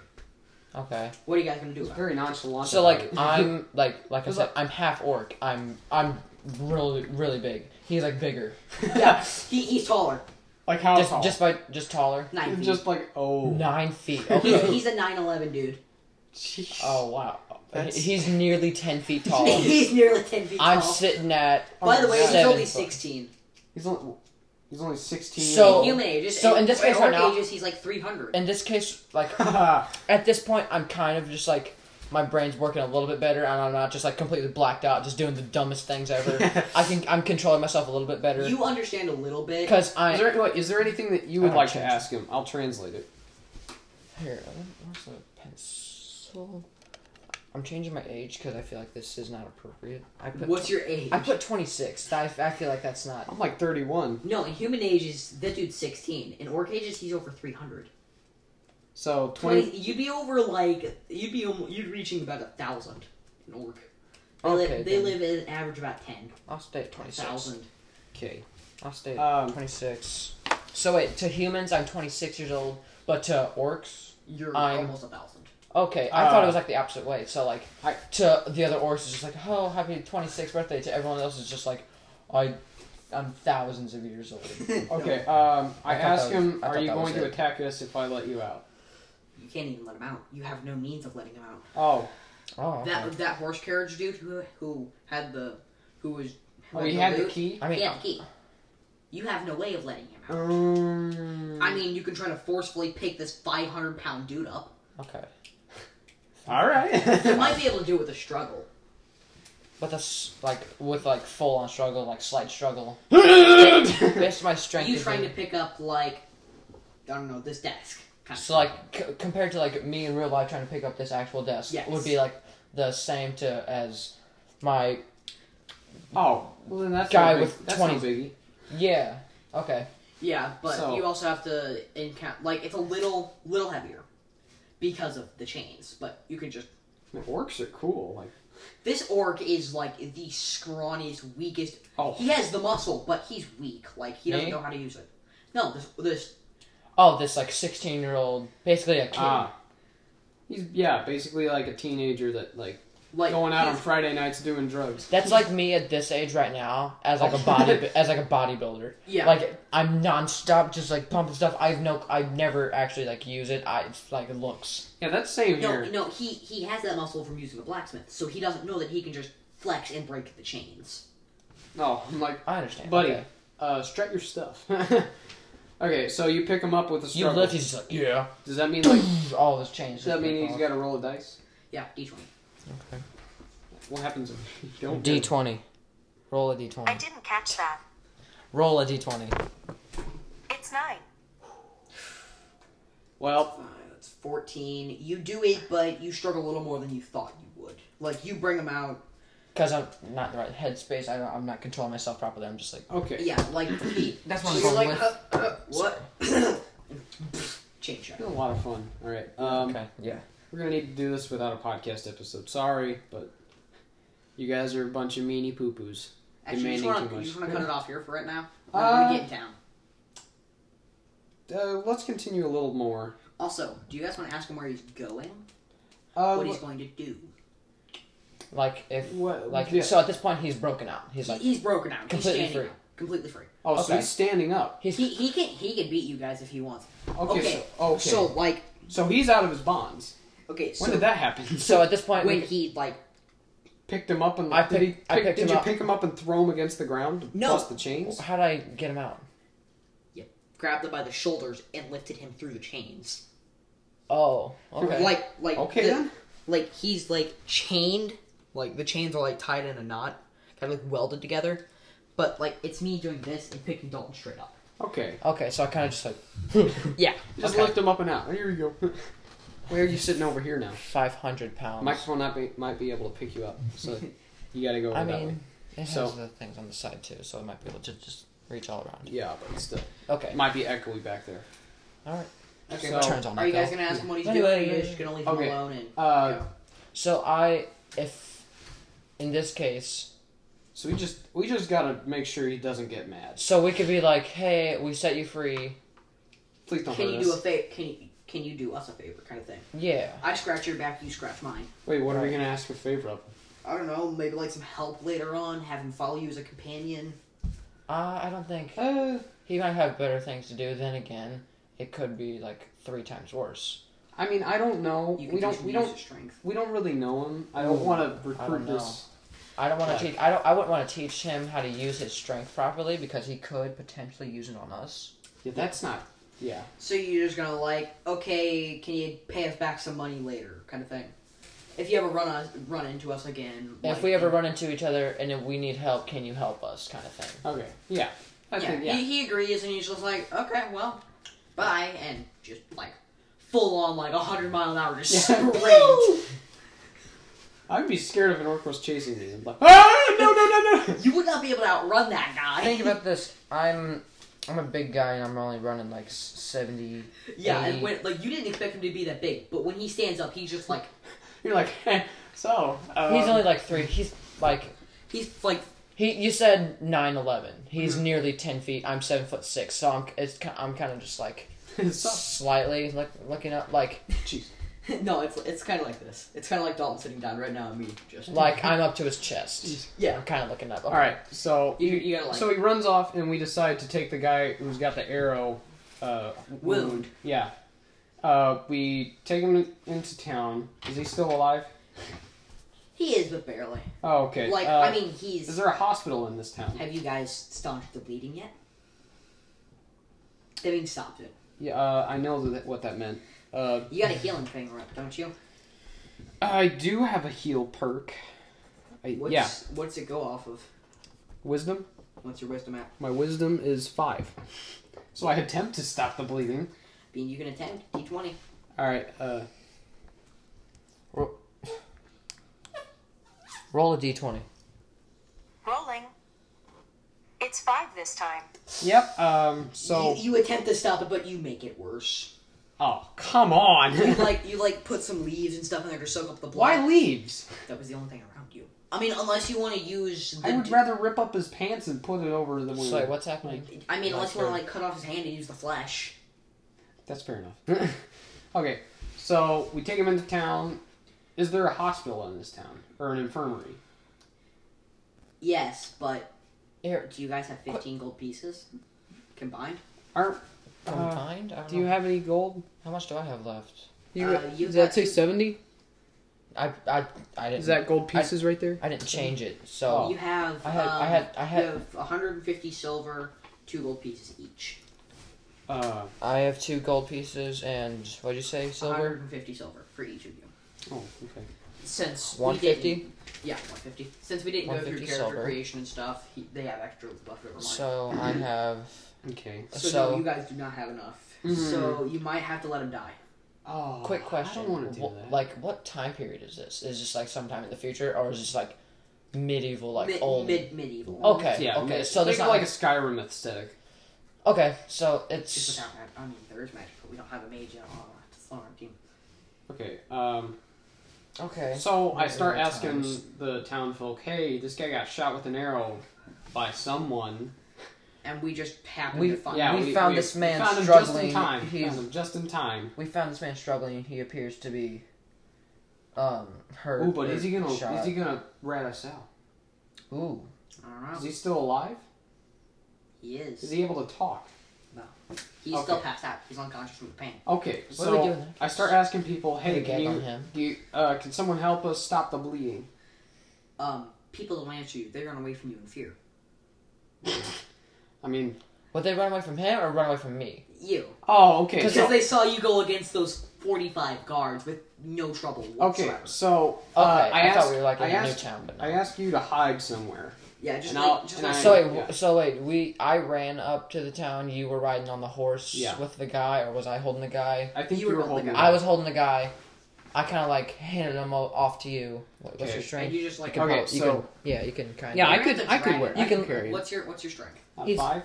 S2: Okay,
S3: What are you guys gonna do about it?
S1: Very nonchalant.
S2: so
S1: about
S2: like
S1: it.
S2: I'm like like I
S1: Cause
S2: said, I'm half orc. I'm I'm really really big. He's like bigger.
S3: Yeah, he, he's taller.
S1: like how
S2: Just
S1: tall?
S2: just by just taller.
S3: Nine feet.
S1: just like oh
S2: Nine feet.
S3: he's,
S2: Okay.
S3: he's a 9'11 dude.
S1: Jeez.
S2: oh wow.
S1: That's-
S2: He's nearly ten feet tall.
S3: he's nearly 10 feet
S2: Oh. I'm
S3: tall.
S2: sitting at.
S3: By the way, he's
S2: seven
S3: only
S2: foot.
S3: 16.
S1: He's only he's only sixteen.
S2: So-
S3: Human ages.
S2: So
S3: and-
S2: in this case
S3: orc
S2: right now-
S3: ages, he's like 300.
S2: In this case, like
S1: yeah,
S2: at this point, I'm kind of just like my brain's working a little bit better, and I'm not just like completely blacked out, just doing the dumbest things ever. I can I'm controlling myself a little bit better
S3: you understand a little bit.
S2: because
S1: is
S2: I
S1: there wait, is there anything that you
S2: I
S1: would
S2: don't
S1: like to
S2: Oh, change it.
S1: ask him? I'll translate it.
S2: here. Where's the pencil? I'm changing my age because I feel like this is not appropriate. I put
S3: What's your age?
S2: I put 26. I, I feel like that's not.
S1: I'm like thirty one.
S3: No, in human ages, that dude's 16. In orc ages, he's over 300.
S1: So
S3: 20,
S1: twenty.
S3: you'd be over like you'd be almo- you'd reaching about a thousand in orc. They, li-
S2: Okay,
S3: they
S2: then.
S3: live at an average about ten
S2: I'll stay at 26.
S3: thousand.
S1: Okay.
S2: I'll stay at
S1: Um,
S2: 26. So wait, to humans, I'm 26 years old, but to orcs,
S3: You're
S2: I'm-
S3: almost a thousand.
S2: Okay, I
S1: Uh,
S2: thought it was like the opposite way. So like
S1: I-
S2: to the other orcs is just like, oh, happy 26th birthday. To everyone else is just like, I, I'm thousands of years old.
S1: Okay. Um, I,
S2: I thought
S1: ask
S2: that was-
S1: him,
S2: I
S1: are
S2: thought
S1: you
S2: that
S1: going
S2: was
S1: to
S2: it.
S1: attack us if I let you out?
S3: You can't even let him out. You have no means of letting him out.
S1: Oh,
S2: Oh, okay.
S3: That that horse carriage dude who who had the who was who
S1: oh, he
S3: the
S1: had the
S3: loot,
S1: key.
S2: I mean,
S3: He had the key. You have no way of letting him out.
S1: Um,
S3: I mean, you can try to forcefully pick this five hundred pound dude up.
S2: okay,
S1: all
S3: You
S1: right.
S3: might be able to do it with a struggle.
S2: but that's like with like full on struggle, like slight struggle. Based my strength.
S3: you
S2: is
S3: trying
S2: in-
S3: to pick up like I don't know this desk. Kind
S2: so like c- compared to like me in real life trying to pick up this actual desk
S3: Yes.
S2: would be like the same to as my
S1: oh, well then that's
S2: Guy
S1: no big-
S2: with
S1: that's
S2: 20.
S1: no biggie.
S2: yeah okay
S3: Yeah, but
S1: So-
S3: you also have to encounter like it's a little little heavier because of the chains, but you can just
S1: Man, Orcs are cool. Like
S3: this orc is like the scrawniest, weakest.
S1: oh,
S3: He has the muscle, but he's weak. Like he doesn't
S2: Me?
S3: know how to use it. No, this this
S2: oh this like 16 year old basically a kid
S1: ah, he's yeah, basically like a teenager that like
S3: like
S1: going out on
S3: he's-
S1: Friday nights doing drugs.
S2: That's like me at this age right now, as like a body, as like a bodybuilder.
S3: Yeah.
S2: Like I'm nonstop, just like pumping stuff. I've no, I never actually like use it. I it's like it looks.
S1: Yeah, that's same
S3: no,
S1: here.
S3: no, he he has that muscle from using a blacksmith, so he doesn't know that he can just flex and break the chains.
S1: No, Oh, I'm like,
S2: I understand,
S1: buddy,
S2: okay.
S1: uh, strut your stuff. okay, so you pick him up with a
S2: You
S1: struggle.
S2: lift, he's just like yeah.
S1: Does that mean like?
S2: All this changes.
S1: Does that mean he's got to roll a dice?
S3: Yeah, D twenty.
S1: What happens if you don't?
S2: D
S1: get it?
S2: twenty. Roll a D
S5: I
S2: twenty.
S5: didn't catch that.
S2: Roll a D twenty.
S5: It's nine.
S1: Well,
S3: it's 14. You do it, but you struggle a little more than you thought you would. Like, you bring them out.
S2: Because I'm not in the right headspace. I don't, I'm not controlling myself properly. I'm just like,
S1: Okay.
S3: Yeah, like, feet.
S2: that's what I'm
S3: You're
S2: going
S3: like,
S2: with.
S3: uh, uh, what? Chain shot.
S1: It's been a lot of fun. All right. Um,
S2: okay, yeah.
S1: We're gonna need to do this without a podcast episode. Sorry, but you guys are a bunch of meanie poo poos.
S3: Actually, you just
S1: Demanding
S3: wanna-
S1: too
S3: you
S1: much.
S3: just want to cut it off here for right now?
S1: Uh,
S3: I want to get in town.
S1: Uh, let's continue a little more.
S3: Also, do you guys want to ask him where he's going?
S1: Uh,
S3: what he's going to do?
S2: Like if
S1: what-
S2: like
S1: yeah.
S2: so at this point he's broken out. He's
S3: He-
S2: like
S3: he's broken out. He's
S2: completely
S3: standing
S2: free.
S3: out. Completely free.
S1: oh, so
S2: okay.
S1: he's standing up.
S2: he's
S3: He, he can he can beat you guys if he wants.
S1: Okay.
S3: Okay,
S1: So, okay.
S3: So like
S1: So he's out of his bonds.
S3: okay so
S1: When did that happen?
S2: so at this point
S3: when
S2: we,
S3: he like
S1: picked him up and
S2: I
S1: did, he
S2: picked- I
S1: pick-
S2: picked
S1: did
S2: him
S1: you
S2: up.
S1: pick him up and throw him against the ground?
S3: No.
S1: Plus the chains.
S2: how did I get him out?
S3: grabbed him by the shoulders and lifted him through the chains.
S2: Oh, okay.
S3: Like like
S1: Okay,
S3: the-
S1: then.
S3: like he's like chained. Like the chains are like tied in a knot, kind of like welded together. But like it's me doing this and picking Dalton straight up.
S1: Okay.
S2: okay, so I kind of just like
S3: Yeah.
S1: Just
S2: Okay.
S1: lift him up and out. Here you go. Where are you sitting over here now?
S2: five hundred pounds.
S1: Microphone not be, might be able to pick you up, so you got to go over
S2: I
S1: that way.
S2: mean, it has
S1: So-
S2: the things on the side too, so I might be able to just reach all around.
S1: Yeah, but still,
S2: Okay,
S1: it might be echoey back there.
S2: all right.
S3: Okay.
S1: So-
S3: but
S2: Turns on
S3: are you
S2: Michael.
S3: guys gonna ask him what he's
S2: Anyway,
S3: doing? Or are you just gonna leave
S1: okay.
S3: him alone and
S1: Uh,
S3: go?
S2: So I if in this case,
S1: So we just we just gotta make sure he doesn't get mad.
S2: so we could be like, hey, we set you free.
S1: Please don't
S3: Can
S1: hurt
S3: you do a
S1: us.
S3: favor? Can you can you do us a favor? Kind of thing.
S2: Yeah.
S3: I scratch your back, you scratch mine.
S1: Wait, what are we gonna ask for favor of?
S3: I don't know. Maybe like some help later on. Have him follow you as a companion.
S2: Uh, I don't think
S1: Uh,
S2: he might have better things to do. Then again, it could be like three times worse.
S1: I mean, I don't know.
S3: You can
S1: We don't
S3: teach him
S1: we
S3: to use
S1: don't
S3: his strength.
S1: we don't really know him. I don't
S2: Ooh,
S1: want to
S2: I don't
S1: recruit
S2: know.
S1: this.
S2: I don't want
S1: Right.
S2: to teach. I don't. I wouldn't want to teach him how to use his strength properly because he could potentially use it on us.
S1: Yeah, that's not. Yeah.
S3: So you're just gonna like, okay, can you pay us back some money later? Kind of thing. If you ever run us run into us again.
S2: And
S3: like,
S2: if we ever run into each other and if we need help, can you help us? Kind of thing.
S1: Okay. Yeah. I
S3: yeah,
S1: think yeah.
S3: He, he agrees and he's just like, okay, well, bye, and just like full on like hundred mile an hour just
S1: Yeah.
S3: sprint.
S1: I'd be scared if an orc was chasing me. I'm like, ah, no, no, no, no.
S3: you would not be able to outrun that guy.
S2: Think about this. I'm. I'm a big guy and I'm only running like s- seventy.
S3: yeah, and
S2: Hey.
S3: when, like you didn't expect him to be that big, but when he stands up, he's just like
S1: You're like, eh, so. Um,
S2: He's only like three. He's like
S3: he's like
S2: He, you said nine eleven. He's nearly ten feet. I'm seven foot six, so I'm it's ki- I'm kind of just like
S1: so.
S2: slightly like looking up, like
S1: Jeez.
S3: no, it's it's kind of like this. It's kind of like Dalton sitting down right now and me just
S2: like I'm up to his chest.
S3: Yeah.
S2: I'm kind of looking up.
S1: All right. So
S3: You- you gotta, like-
S1: so he runs off, and we decide to take the guy who's got the arrow uh,
S3: Wound.
S1: Yeah. Uh, we take him into town. Is he still alive?
S3: He is, but barely.
S1: Oh, okay.
S3: Like
S1: Uh,
S3: I mean,
S1: is
S3: he's.
S1: there a hospital in this town?
S3: Have you guys stopped the bleeding yet? They mean stopped it.
S1: Yeah, uh, I know that, what that meant. Uh,
S3: You got a healing thing, right, don't you?
S1: I do have a heal perk. I,
S3: What's,
S1: yeah,
S3: What's it go off of?
S1: wisdom.
S3: What's your wisdom at?
S1: My wisdom is five. So I attempt to stop the bleeding.
S3: Being you can attempt D twenty.
S1: All right. Uh,
S2: Roll a d twenty.
S5: Rolling. It's five this time.
S1: yep. Um, so
S3: you, you attempt to stop it, but you make it worse.
S1: oh come on.
S3: You like you like put some leaves and stuff in there to soak up the blood.
S1: Why leaves?
S3: That was the only thing around you. I mean, unless you want to use. The
S1: I would
S3: d-
S1: rather rip up his pants and put it over the wound.
S2: So wait, what's happening?
S3: I mean, unless you want to
S2: Like,
S3: like cut off his hand and use the flesh.
S1: That's fair enough. okay, so we take him into town. Is there a hospital in this town or an infirmary?
S3: Yes, but
S2: Here,
S3: do you guys have fifteen gold pieces combined?
S1: Aren't
S2: Oh,
S1: uh,
S2: combined. I don't
S1: do you
S2: know.
S1: have any gold?
S2: how much do I have left?
S1: You,
S3: Uh, you
S1: does that
S3: got-
S1: say seventy?
S2: I I I didn't.
S1: Is that gold pieces right there?
S2: I didn't change it. So
S1: Oh.
S3: You have.
S2: I had-
S3: um,
S2: I had- I had-
S3: You have 150 silver, two gold pieces each.
S1: Uh,
S2: I have two gold pieces and what'd you say, silver?
S3: 150 silver for each of you.
S1: oh, okay.
S3: Since
S2: One
S3: We
S2: fifty.
S3: didn't, yeah, 150. Since we didn't go through
S2: 150
S3: character
S2: silver.
S3: creation and stuff, he, they have extra leftover money. So,
S2: So I have.
S1: Okay.
S3: so,
S2: so- Mm-hmm.
S3: no, you guys do not have enough.
S1: Mm.
S3: So you might have to let him die.
S1: Oh,
S2: Quick question.
S1: I don't want to do
S2: Wh-
S1: that.
S2: Like, what time period is this? Is this like sometime in the future, or is this like medieval, like
S3: mid,
S2: old?
S3: mid medieval.
S2: okay,
S1: yeah,
S2: okay.
S1: ma-
S2: So there's
S1: think
S2: not
S1: of like
S2: like
S1: a Skyrim aesthetic.
S2: okay. So
S3: Just
S2: it's
S3: without that. I mean, there is magic, but we don't have a mage on our- on our team.
S1: Okay. Um,
S2: okay.
S1: So I
S2: Medieval
S1: start asking
S2: times.
S1: the town folk, "Hey, this guy got shot with an arrow by someone."
S3: And we just happen
S2: We-
S3: to find.
S1: Yeah,
S2: we found this man struggling.
S1: Just in time.
S2: He-
S1: Found him just in time.
S2: We found this man struggling. He appears to be, um, hurt.
S1: Ooh, but
S2: or
S1: is he gonna
S2: shot.
S1: is he gonna rat us out?
S2: Ooh,
S3: I don't know.
S1: Is he still alive?
S3: He is.
S1: Is he able to talk?
S3: He's still
S1: Okay.
S3: passed out. He's unconscious from the pain.
S1: Okay,
S2: What are we
S1: so
S2: doing there?
S1: I start asking people,
S2: Put a
S1: "Hey, can
S2: gag
S1: you,
S2: on him.
S1: do you uh, can someone help us stop the bleeding?"
S3: Um, people don't answer you. They run away from you in fear.
S1: I mean,
S2: would they run away from him or run away from me?
S3: You.
S1: oh, okay.
S3: Because
S1: So,
S3: they saw you go against those 45 guards with no trouble
S1: okay,
S3: whatsoever.
S1: so
S2: Okay,
S1: uh, I,
S2: I
S1: asked,
S2: thought we were like in
S1: I
S2: a new
S1: asked,
S2: town, but no.
S1: I asked you to hide somewhere.
S3: Yeah, just
S1: And I'll-
S3: like, just
S1: and
S3: like
S1: I-
S2: So wait, w-
S1: yeah.
S2: so wait, we I ran up to the town. You were riding on the horse
S1: Yeah. Uh,
S2: with the guy, or was I holding the guy?
S1: I think
S3: You
S1: you,
S3: were
S1: were
S3: holding
S1: holding.
S3: the
S1: it.
S2: I was holding the guy. I kind of like handed him o- off to you. What, What's
S1: Okay.
S2: your
S3: and
S2: strength?
S3: you just like
S1: Okay,
S2: prob- you
S1: so-
S2: can, yeah, you can kind of.
S1: Yeah, I
S3: You're
S1: could.
S3: the
S1: I could
S3: dragon.
S1: wear.
S3: You
S1: I could
S2: can-
S1: carry. it.
S3: what's your what's your strength?
S1: Not
S2: he's-
S1: five.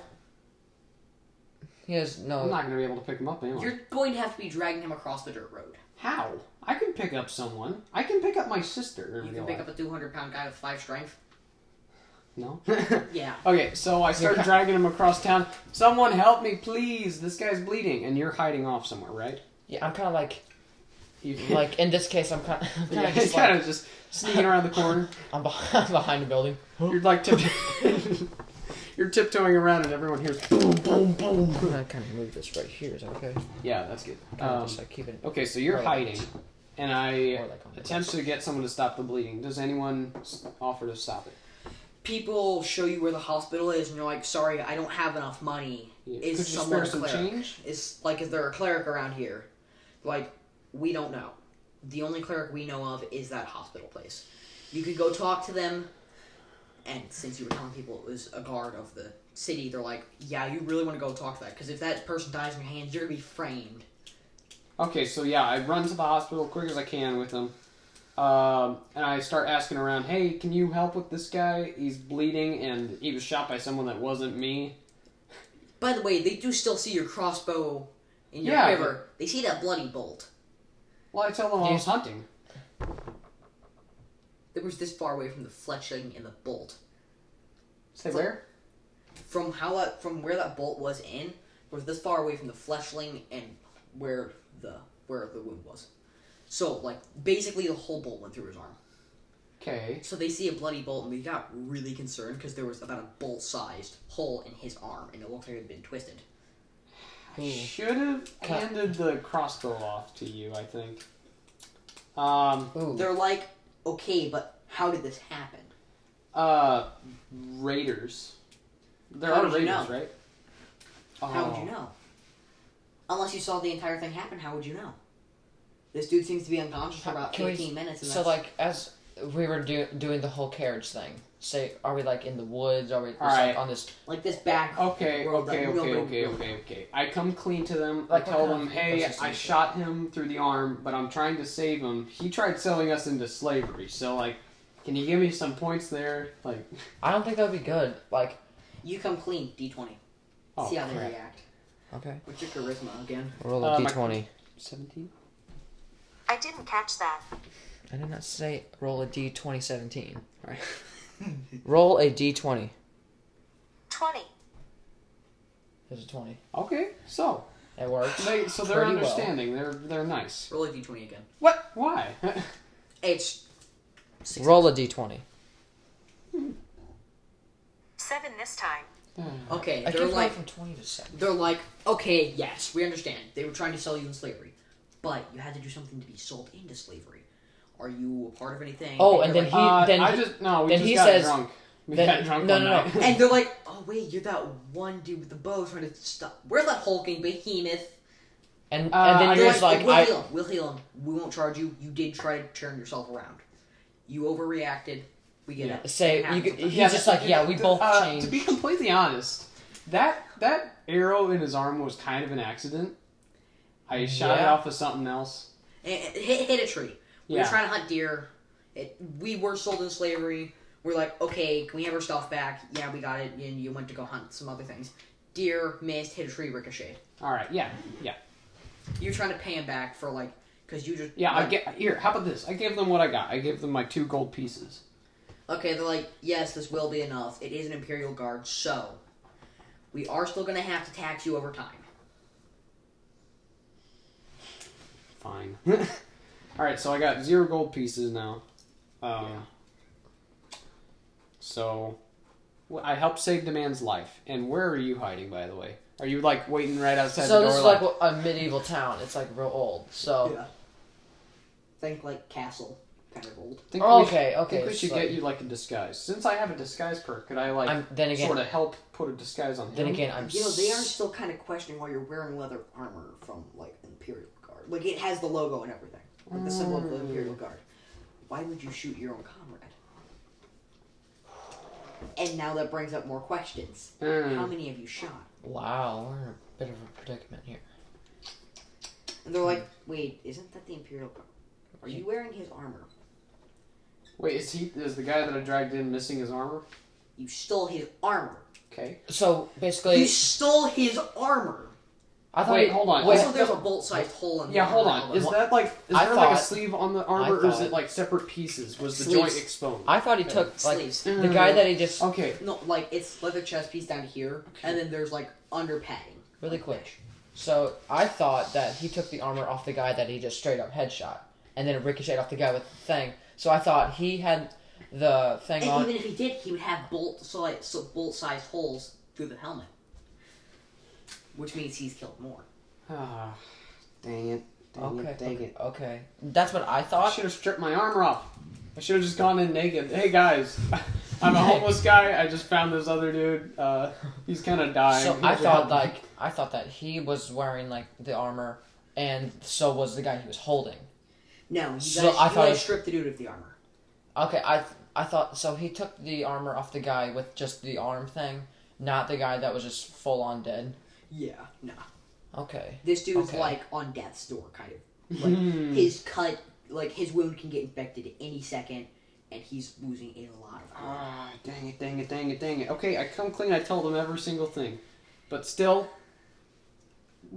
S2: He has no.
S1: I'm not gonna be able to pick him up anyway.
S3: You're going to have to be dragging him across the dirt road.
S1: How? I can pick up someone. I can pick up my sister. in
S3: You
S1: real
S3: can pick
S1: life.
S3: up a 200 pound guy with five strength.
S1: No.
S3: Yeah.
S1: okay, so I start
S2: ca-
S1: dragging him across town. Someone help me, please! This guy's bleeding, and you're hiding off somewhere, right?
S2: yeah, I'm kind of like
S1: You
S2: like in this case, I'm kind of
S1: yeah,
S2: kind of just
S1: kind
S2: like
S1: of just sneaking around the corner.
S2: I'm behind, I'm behind a building.
S1: You're like tip- you're tiptoeing around, and everyone hears boom, boom,
S2: I'm
S1: boom.
S2: gonna kind of move this right here. Is that okay?
S1: Yeah, that's good.
S2: Kinda
S1: Um,
S2: just like keep it.
S1: okay, so you're
S2: Right.
S1: hiding, and I
S2: More like on the
S1: attempt to get someone to stop the bleeding. Does anyone s- offer to stop it?
S3: People show you where the hospital is, and you're like, "Sorry, I don't have enough money."
S1: Yeah.
S3: Is
S1: Could you
S3: someone
S1: spare some
S3: a cleric?
S1: change?
S3: Is like, is there a cleric around here? Like, we don't know. The only cleric we know of is that hospital place. You could go talk to them, and since you were telling people it was a guard of the city, they're like, "Yeah, you really want to go talk to that because if that person dies in your hands, you're gonna be framed."
S1: Okay, so yeah, I run to the hospital quick as I can with him, um, and I start asking around. Hey, can you help with this guy? He's bleeding, and he was shot by someone that wasn't me.
S3: By the way, they do still see your crossbow in your
S1: Yeah,
S3: quiver. They see that bloody bolt.
S1: Well, I tell them I was
S2: He's-
S1: hunting.
S3: It was this far away from the fletching in the bolt.
S1: Say where?
S3: From how that, from where that bolt was in, it was this far away from the fleshling and where the where the wound was. So like basically the whole bolt went through his arm.
S1: Okay.
S3: So they see a bloody bolt and they got really concerned because there was about a bolt-sized hole in his arm and it looked like it had been twisted.
S1: I
S2: Ooh.
S1: should have
S2: Cut.
S1: handed the crossbow off to you. I think. Um.
S2: Ooh,
S3: They're like, okay, but how did this happen?
S1: Uh. Raiders. There
S3: How
S1: are
S3: did you
S1: raiders,
S3: know?
S1: right?
S3: How
S1: Oh.
S3: would you know? Unless you saw the entire thing happen, how would you know? This dude seems to be unconscious for about
S2: Can we-
S3: 15 minutes. And
S2: So
S3: that's-
S2: like as we were do, doing the whole carriage thing, say are we like in the woods? Are we just,
S1: Alright.
S2: like on this?
S3: like this back.
S1: Okay,
S3: world that
S1: okay, okay,
S3: nobody-
S1: okay, okay, okay. I come clean to them.
S2: Like,
S1: I
S2: what
S1: tell
S2: kind
S1: them,
S2: of
S1: hey,
S2: ecosystem
S1: I
S2: is it?
S1: shot him through the arm, but I'm trying to save him. He tried selling us into slavery, so, like, can you give me some points there? Like,
S2: I don't think that would be good. Like
S3: You come clean, D20.
S1: oh,
S3: See how they
S1: crap.
S3: react.
S2: okay,
S3: What's your charisma again?
S2: roll
S1: Uh,
S2: a
S1: my-
S2: twenty.
S1: 17?
S5: I didn't catch that.
S2: I did not say roll a d twenty seventeen.
S1: Alright.
S2: Roll a d twenty.
S5: 20.
S2: There's a twenty.
S1: Okay, so.
S2: It works.
S1: They, so they're
S2: Pretty well.
S1: understanding. They're they're nice.
S3: Roll a D20 again.
S1: What? Why?
S3: It's
S2: Roll a d twenty.
S5: 7 this time.
S3: okay.
S2: I
S3: They're
S2: can go
S3: like
S2: from twenty to seven.
S3: they're like okay. Yes, we understand. They were trying to sell you in slavery, but you had to do something to be sold into slavery. Are you a part of anything?
S2: Oh, and
S3: you're
S2: then
S3: like-
S1: uh,
S2: then
S1: I
S2: he-
S1: just no. We
S2: then
S1: just
S2: he
S1: got
S2: says-
S1: drunk. We
S2: then-
S1: got drunk
S2: no,
S1: one
S2: no, no.
S1: night.
S3: and they're like, oh wait, you're that one dude with the bow trying to stop. We're that hulking behemoth.
S2: And,
S1: Uh,
S2: and
S1: I
S2: then
S3: They're
S2: you're
S1: guess
S2: just
S3: like,
S2: like
S3: we'll
S2: I.
S3: heal him. We'll heal him. We won't charge you. You did try to turn yourself around. You overreacted. We get
S1: Yeah.
S3: it.
S2: Say
S3: It
S2: you,
S3: happens
S2: could- he's
S3: sometimes.
S1: Yeah,
S2: just
S1: but-
S2: like yeah we
S1: th-
S2: both
S1: uh,
S2: changed.
S1: To be completely honest, that that arrow in his arm was kind of an accident. I shot it
S2: Yeah.
S1: off of something else.
S3: It, it hit, hit a tree. We
S1: Yeah.
S3: were trying to hunt deer. It, we were sold in slavery. We're like, okay, can we have our stuff back? Yeah, we got it. And you went to go hunt some other things. Deer missed, hit a tree, ricocheted.
S1: All right, yeah, yeah,
S3: You're trying to pay him back for like, because you just
S1: yeah. I
S3: like,
S1: get here. How about this? I gave them what I got. I gave them my two gold pieces.
S3: Okay, they're like, yes, this will be enough. It is an Imperial Guard, so we are still going to have to tax you over time.
S1: Fine. All right, so I got zero gold pieces now. Um, So, well, I helped save the man's life. And where are you hiding, by the way? Are you like waiting right outside
S2: So
S1: the
S2: this
S1: door?
S2: is
S1: Like,
S2: like a medieval town. It's like real old. So
S3: Think like castle, kind of old.
S1: think
S2: Oh,
S1: we should-
S2: okay, okay,
S1: Think we
S2: it's
S1: should
S2: like-
S1: get you like a disguise. Since I have a disguise perk, could I like
S2: I'm then again.
S1: sort of help put a disguise on him?
S2: Then again, I'm.
S3: You know, they are
S2: s-
S3: still kind of questioning why you're wearing leather armor from like Imperial Guard. Like it has the logo and everything, like the symbol of the Imperial Guard. Why would you shoot your own comrade? And now that brings up more questions.
S1: Mm.
S3: How many have you shot?
S2: Wow, we're in a bit of a predicament here.
S3: And they're like, wait, isn't that the Imperial Guard? Are you wearing his armor?
S1: Wait, is he is the guy that I dragged in missing his armor?
S3: You stole his armor.
S1: Okay.
S2: So
S3: You
S2: basically,
S3: stole his armor.
S2: I thought.
S1: Wait,
S2: he-
S1: hold on.
S2: Wait,
S1: Also,
S3: So there's a bolt-sized hole in the
S1: Yeah, hold
S3: armor.
S1: on. Is that like is
S2: I
S1: there like a
S2: thought-
S1: sleeve on the armor, or is
S2: thought-
S1: it like separate pieces? Was the
S2: Sleeves.
S1: joint exposed?
S2: I thought he took like
S3: Sleeves.
S2: the guy that he just
S1: Okay.
S3: No, like it's leather chest piece down here, and then there's like under padding.
S2: really quick. So I thought that he took the armor off the guy that he just straight up headshot, and then it ricocheted off the guy with the thing. So I thought he had the thing
S3: And
S2: on.
S3: even if he did, he would have bolt so like so bolt-sized holes through the helmet, which means he's killed more.
S1: Ah, dang it. Dang
S2: Okay,
S1: it. Dang
S2: okay,
S1: it.
S2: okay. That's what I
S1: I
S2: thought.
S1: should have stripped my armor off. I should have just gone in naked. Hey guys, I'm a homeless guy. I just found this other dude. Uh, he's kind of dying.
S2: So
S1: Could
S2: I
S1: you
S2: thought
S1: help me?
S2: like I thought that he was wearing like the armor, and so was the guy he was holding.
S3: No, you
S2: So
S3: guys,
S2: I
S3: you
S2: thought
S3: guys
S2: it-
S3: stripped the dude of the armor.
S2: Okay, I I thought so. He took the armor off the guy with just the arm thing, not the guy that was just full on dead.
S3: Yeah, no.
S2: Okay.
S3: This dude's
S2: Okay. Hmm.
S3: like on death's door, kind of. Like his cut, like his wound can get infected at any second, and he's losing a lot of armor.
S1: Ah, dang it, dang it, dang it, dang it. Okay, I come clean. I tell them every single thing, but still,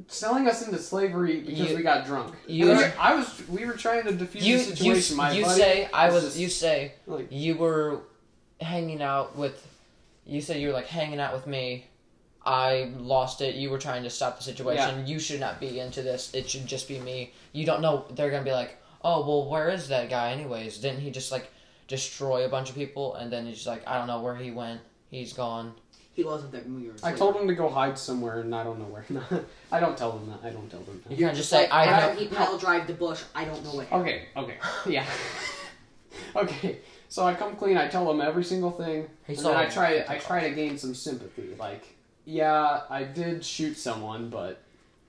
S1: selling us into slavery because
S2: You-
S1: we got drunk.
S2: you-
S1: And I, I was. We were trying to defuse
S2: You
S1: the
S2: you
S1: situation. My
S2: you
S1: buddy
S2: say I was
S1: just
S2: you say
S1: like-
S2: you were hanging out with you said you were like hanging out with me. I lost it. You were trying to stop the situation. You should not be into this. It should just be me. You don't know. They're gonna be like, oh well, where is that guy anyways? Didn't he just like destroy a bunch of people? And then he's just like, I don't know where he went. He's gone.
S3: He wasn't there when we were.
S1: I told him to go hide somewhere, and I don't know where. I don't tell them that. I don't tell them that.
S2: You can just say
S3: Like,
S2: I
S3: after
S2: have.
S3: he pile drive the bush. I don't know what. happened.
S1: Okay, okay, yeah. okay, so I come clean. I tell them every single thing,
S2: He's
S1: and then I
S2: all-
S1: try. I try to gain some sympathy. Like, yeah, I did shoot someone, but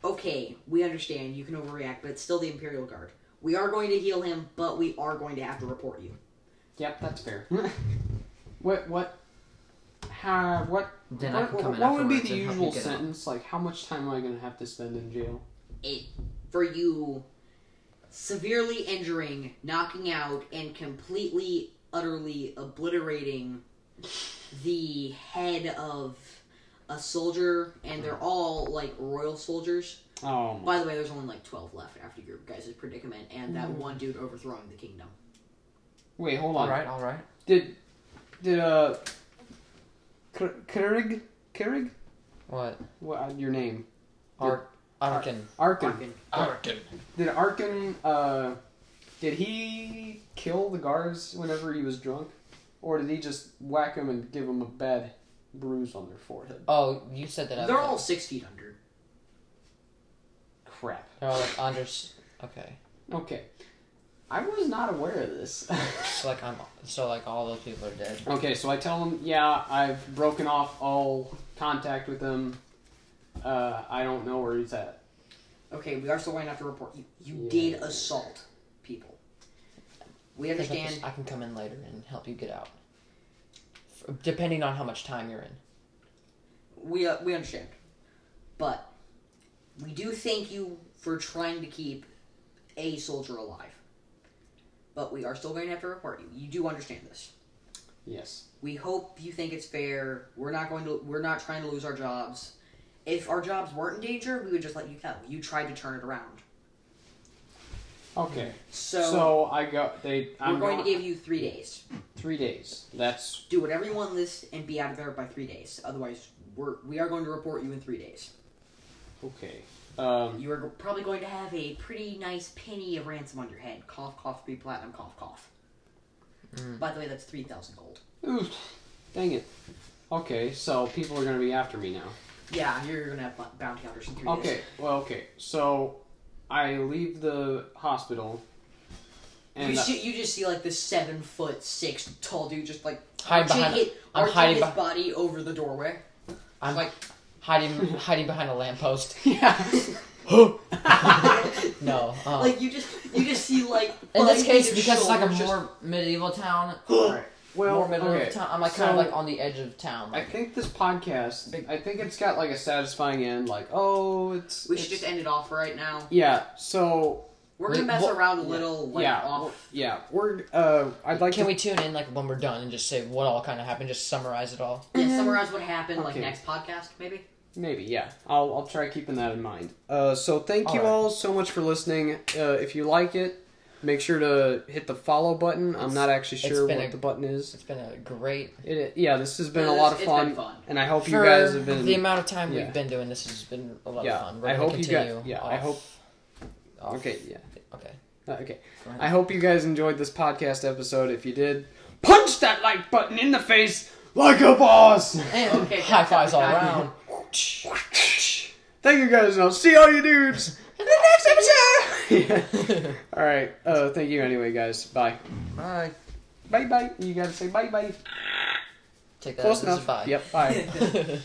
S3: okay, we understand you can overreact, but it's still the Imperial Guard. We are going to heal him, but we are going to have to report you.
S1: yep, that's fair. what? What? How? What?
S2: Then I
S1: what,
S2: can come
S1: what,
S2: in
S1: what would be
S2: afterwards
S1: the
S2: and help
S1: usual
S2: you get out.
S1: sentence? Like, how much time am I gonna have to spend in jail?
S3: It for you severely injuring, knocking out, and completely, utterly obliterating the head of a soldier, and they're all like royal soldiers.
S1: Oh, my.
S3: By the way, there's only like twelve left after your guys' predicament, and that one dude overthrowing the kingdom.
S1: wait, hold
S2: All
S1: on.
S2: right, all right.
S1: Did did uh, Ker- Kerig Kerig?
S2: What?
S1: What uh, your name?
S2: Ar- Arkin.
S1: Arkin.
S3: Fucking-
S2: Arkin.
S1: Did Arkin, uh, did he kill the guards whenever he was drunk? Or did he just whack them and give them a bad bruise on their forehead?
S2: Oh, you said that.
S3: They're
S2: other-
S3: all six feet under.
S1: Crap.
S2: They're all like under. Okay.
S1: Okay. I was not aware of this.
S2: So like I'm. So like all those people are dead.
S1: okay, so I tell him, yeah, I've broken off all contact with him. Uh, I don't know where he's at.
S3: Okay, we are still going to have to report. You, you
S1: Yeah.
S3: did assault people. We
S2: There's like
S3: understand.
S2: this- I can come in later and help you get out. F- depending on how much time you're in.
S3: We uh, we understand, but we do thank you for trying to keep a soldier alive. But we are still going to have to report you. You do understand this.
S1: Yes.
S3: We hope you think it's fair. We're not going to. We're not trying to lose our jobs. If our jobs weren't in danger, we would just let you go. You tried to turn it around.
S1: Okay.
S3: So,
S1: So, I go. They.
S3: we're
S1: I'm
S3: going
S1: going
S3: to give you three days.
S1: three days. That's
S3: Do whatever you want in this and be out of there by three days. Otherwise, we're we are going to report you in three days.
S1: okay. Um,
S3: You are probably going to have a pretty nice penny of ransom on your head. Cough, cough, three platinum, cough, cough.
S2: Mm.
S3: By the way, that's three thousand gold.
S1: oof, dang it. Okay, so people are going to be after me now.
S3: Yeah, you're gonna have bo- bounty hunters in three days.
S1: Okay, well, okay. So I leave the hospital, and
S3: you,
S1: uh,
S3: see, you just see like this seven foot six tall dude just like
S2: Hide
S3: arching
S2: behind-
S3: it-
S2: I'm
S3: arching
S2: hiding
S3: his
S2: beh-
S3: body over the doorway.
S2: I'm like hiding hiding behind a lamppost.
S1: yeah,
S2: No. Um,
S3: Like you just you just see like
S2: in this
S3: like,
S2: case,
S3: his
S2: because it's like a
S3: shoulders just-
S2: more medieval town,
S1: Alright. well,
S2: more
S3: um,
S2: middle
S1: okay.
S2: of town. I'm like kind
S1: so
S2: of like on the edge of town.
S1: I
S2: Like,
S1: think this podcast. I think it's got like a satisfying end. Like, oh, it's.
S3: we should
S1: it's-
S3: just end it off for right now.
S1: Yeah. So
S3: We're gonna
S2: Wait,
S3: mess
S2: what-
S3: around a little like
S1: yeah,
S3: off.
S1: well, yeah. We're. Uh, I'd like
S2: can
S1: to.
S2: we tune in like when we're done and just say what all kind of happened? Just summarize it all.
S3: Yeah, summarize what happened like
S1: Okay.
S3: next podcast maybe.
S1: Maybe, yeah. I'll, I'll try keeping that in mind. Uh, so thank you
S2: Alright.
S1: all so much for listening. Uh, if you like it, make sure to hit the follow button. I'm not actually
S2: it's
S1: sure
S2: been
S1: what
S2: a-
S1: the button is.
S2: It's been a great
S1: It, it- yeah, this has been a
S3: It's-
S1: lot of
S3: it's been
S1: fun,
S3: fun.
S1: and I hope
S2: for
S1: you guys have been.
S2: the amount of time
S1: yeah.
S2: we've been doing this has been a lot
S1: Yeah,
S2: of fun. We're
S1: I
S2: gonna
S1: hope you
S2: continue.
S1: guys- yeah, I
S2: off-
S1: hope-
S2: off-
S1: okay, yeah,
S2: Okay.
S1: Uh, okay.
S2: Go ahead.
S1: I hope you guys enjoyed this podcast episode. If you did, punch that like button in the face like a boss.
S2: And
S3: Okay,
S2: high
S3: that's
S2: fives all
S3: every
S2: around.
S1: Thank you guys, and I'll see all you dudes in the next episode. Yeah. All right. Uh, thank you anyway, guys. Bye.
S2: Bye.
S1: Bye bye. You gotta say bye bye.
S2: Take that
S1: Close
S2: as a
S1: enough.
S2: bye.
S1: Yep. Bye.
S2: Yep.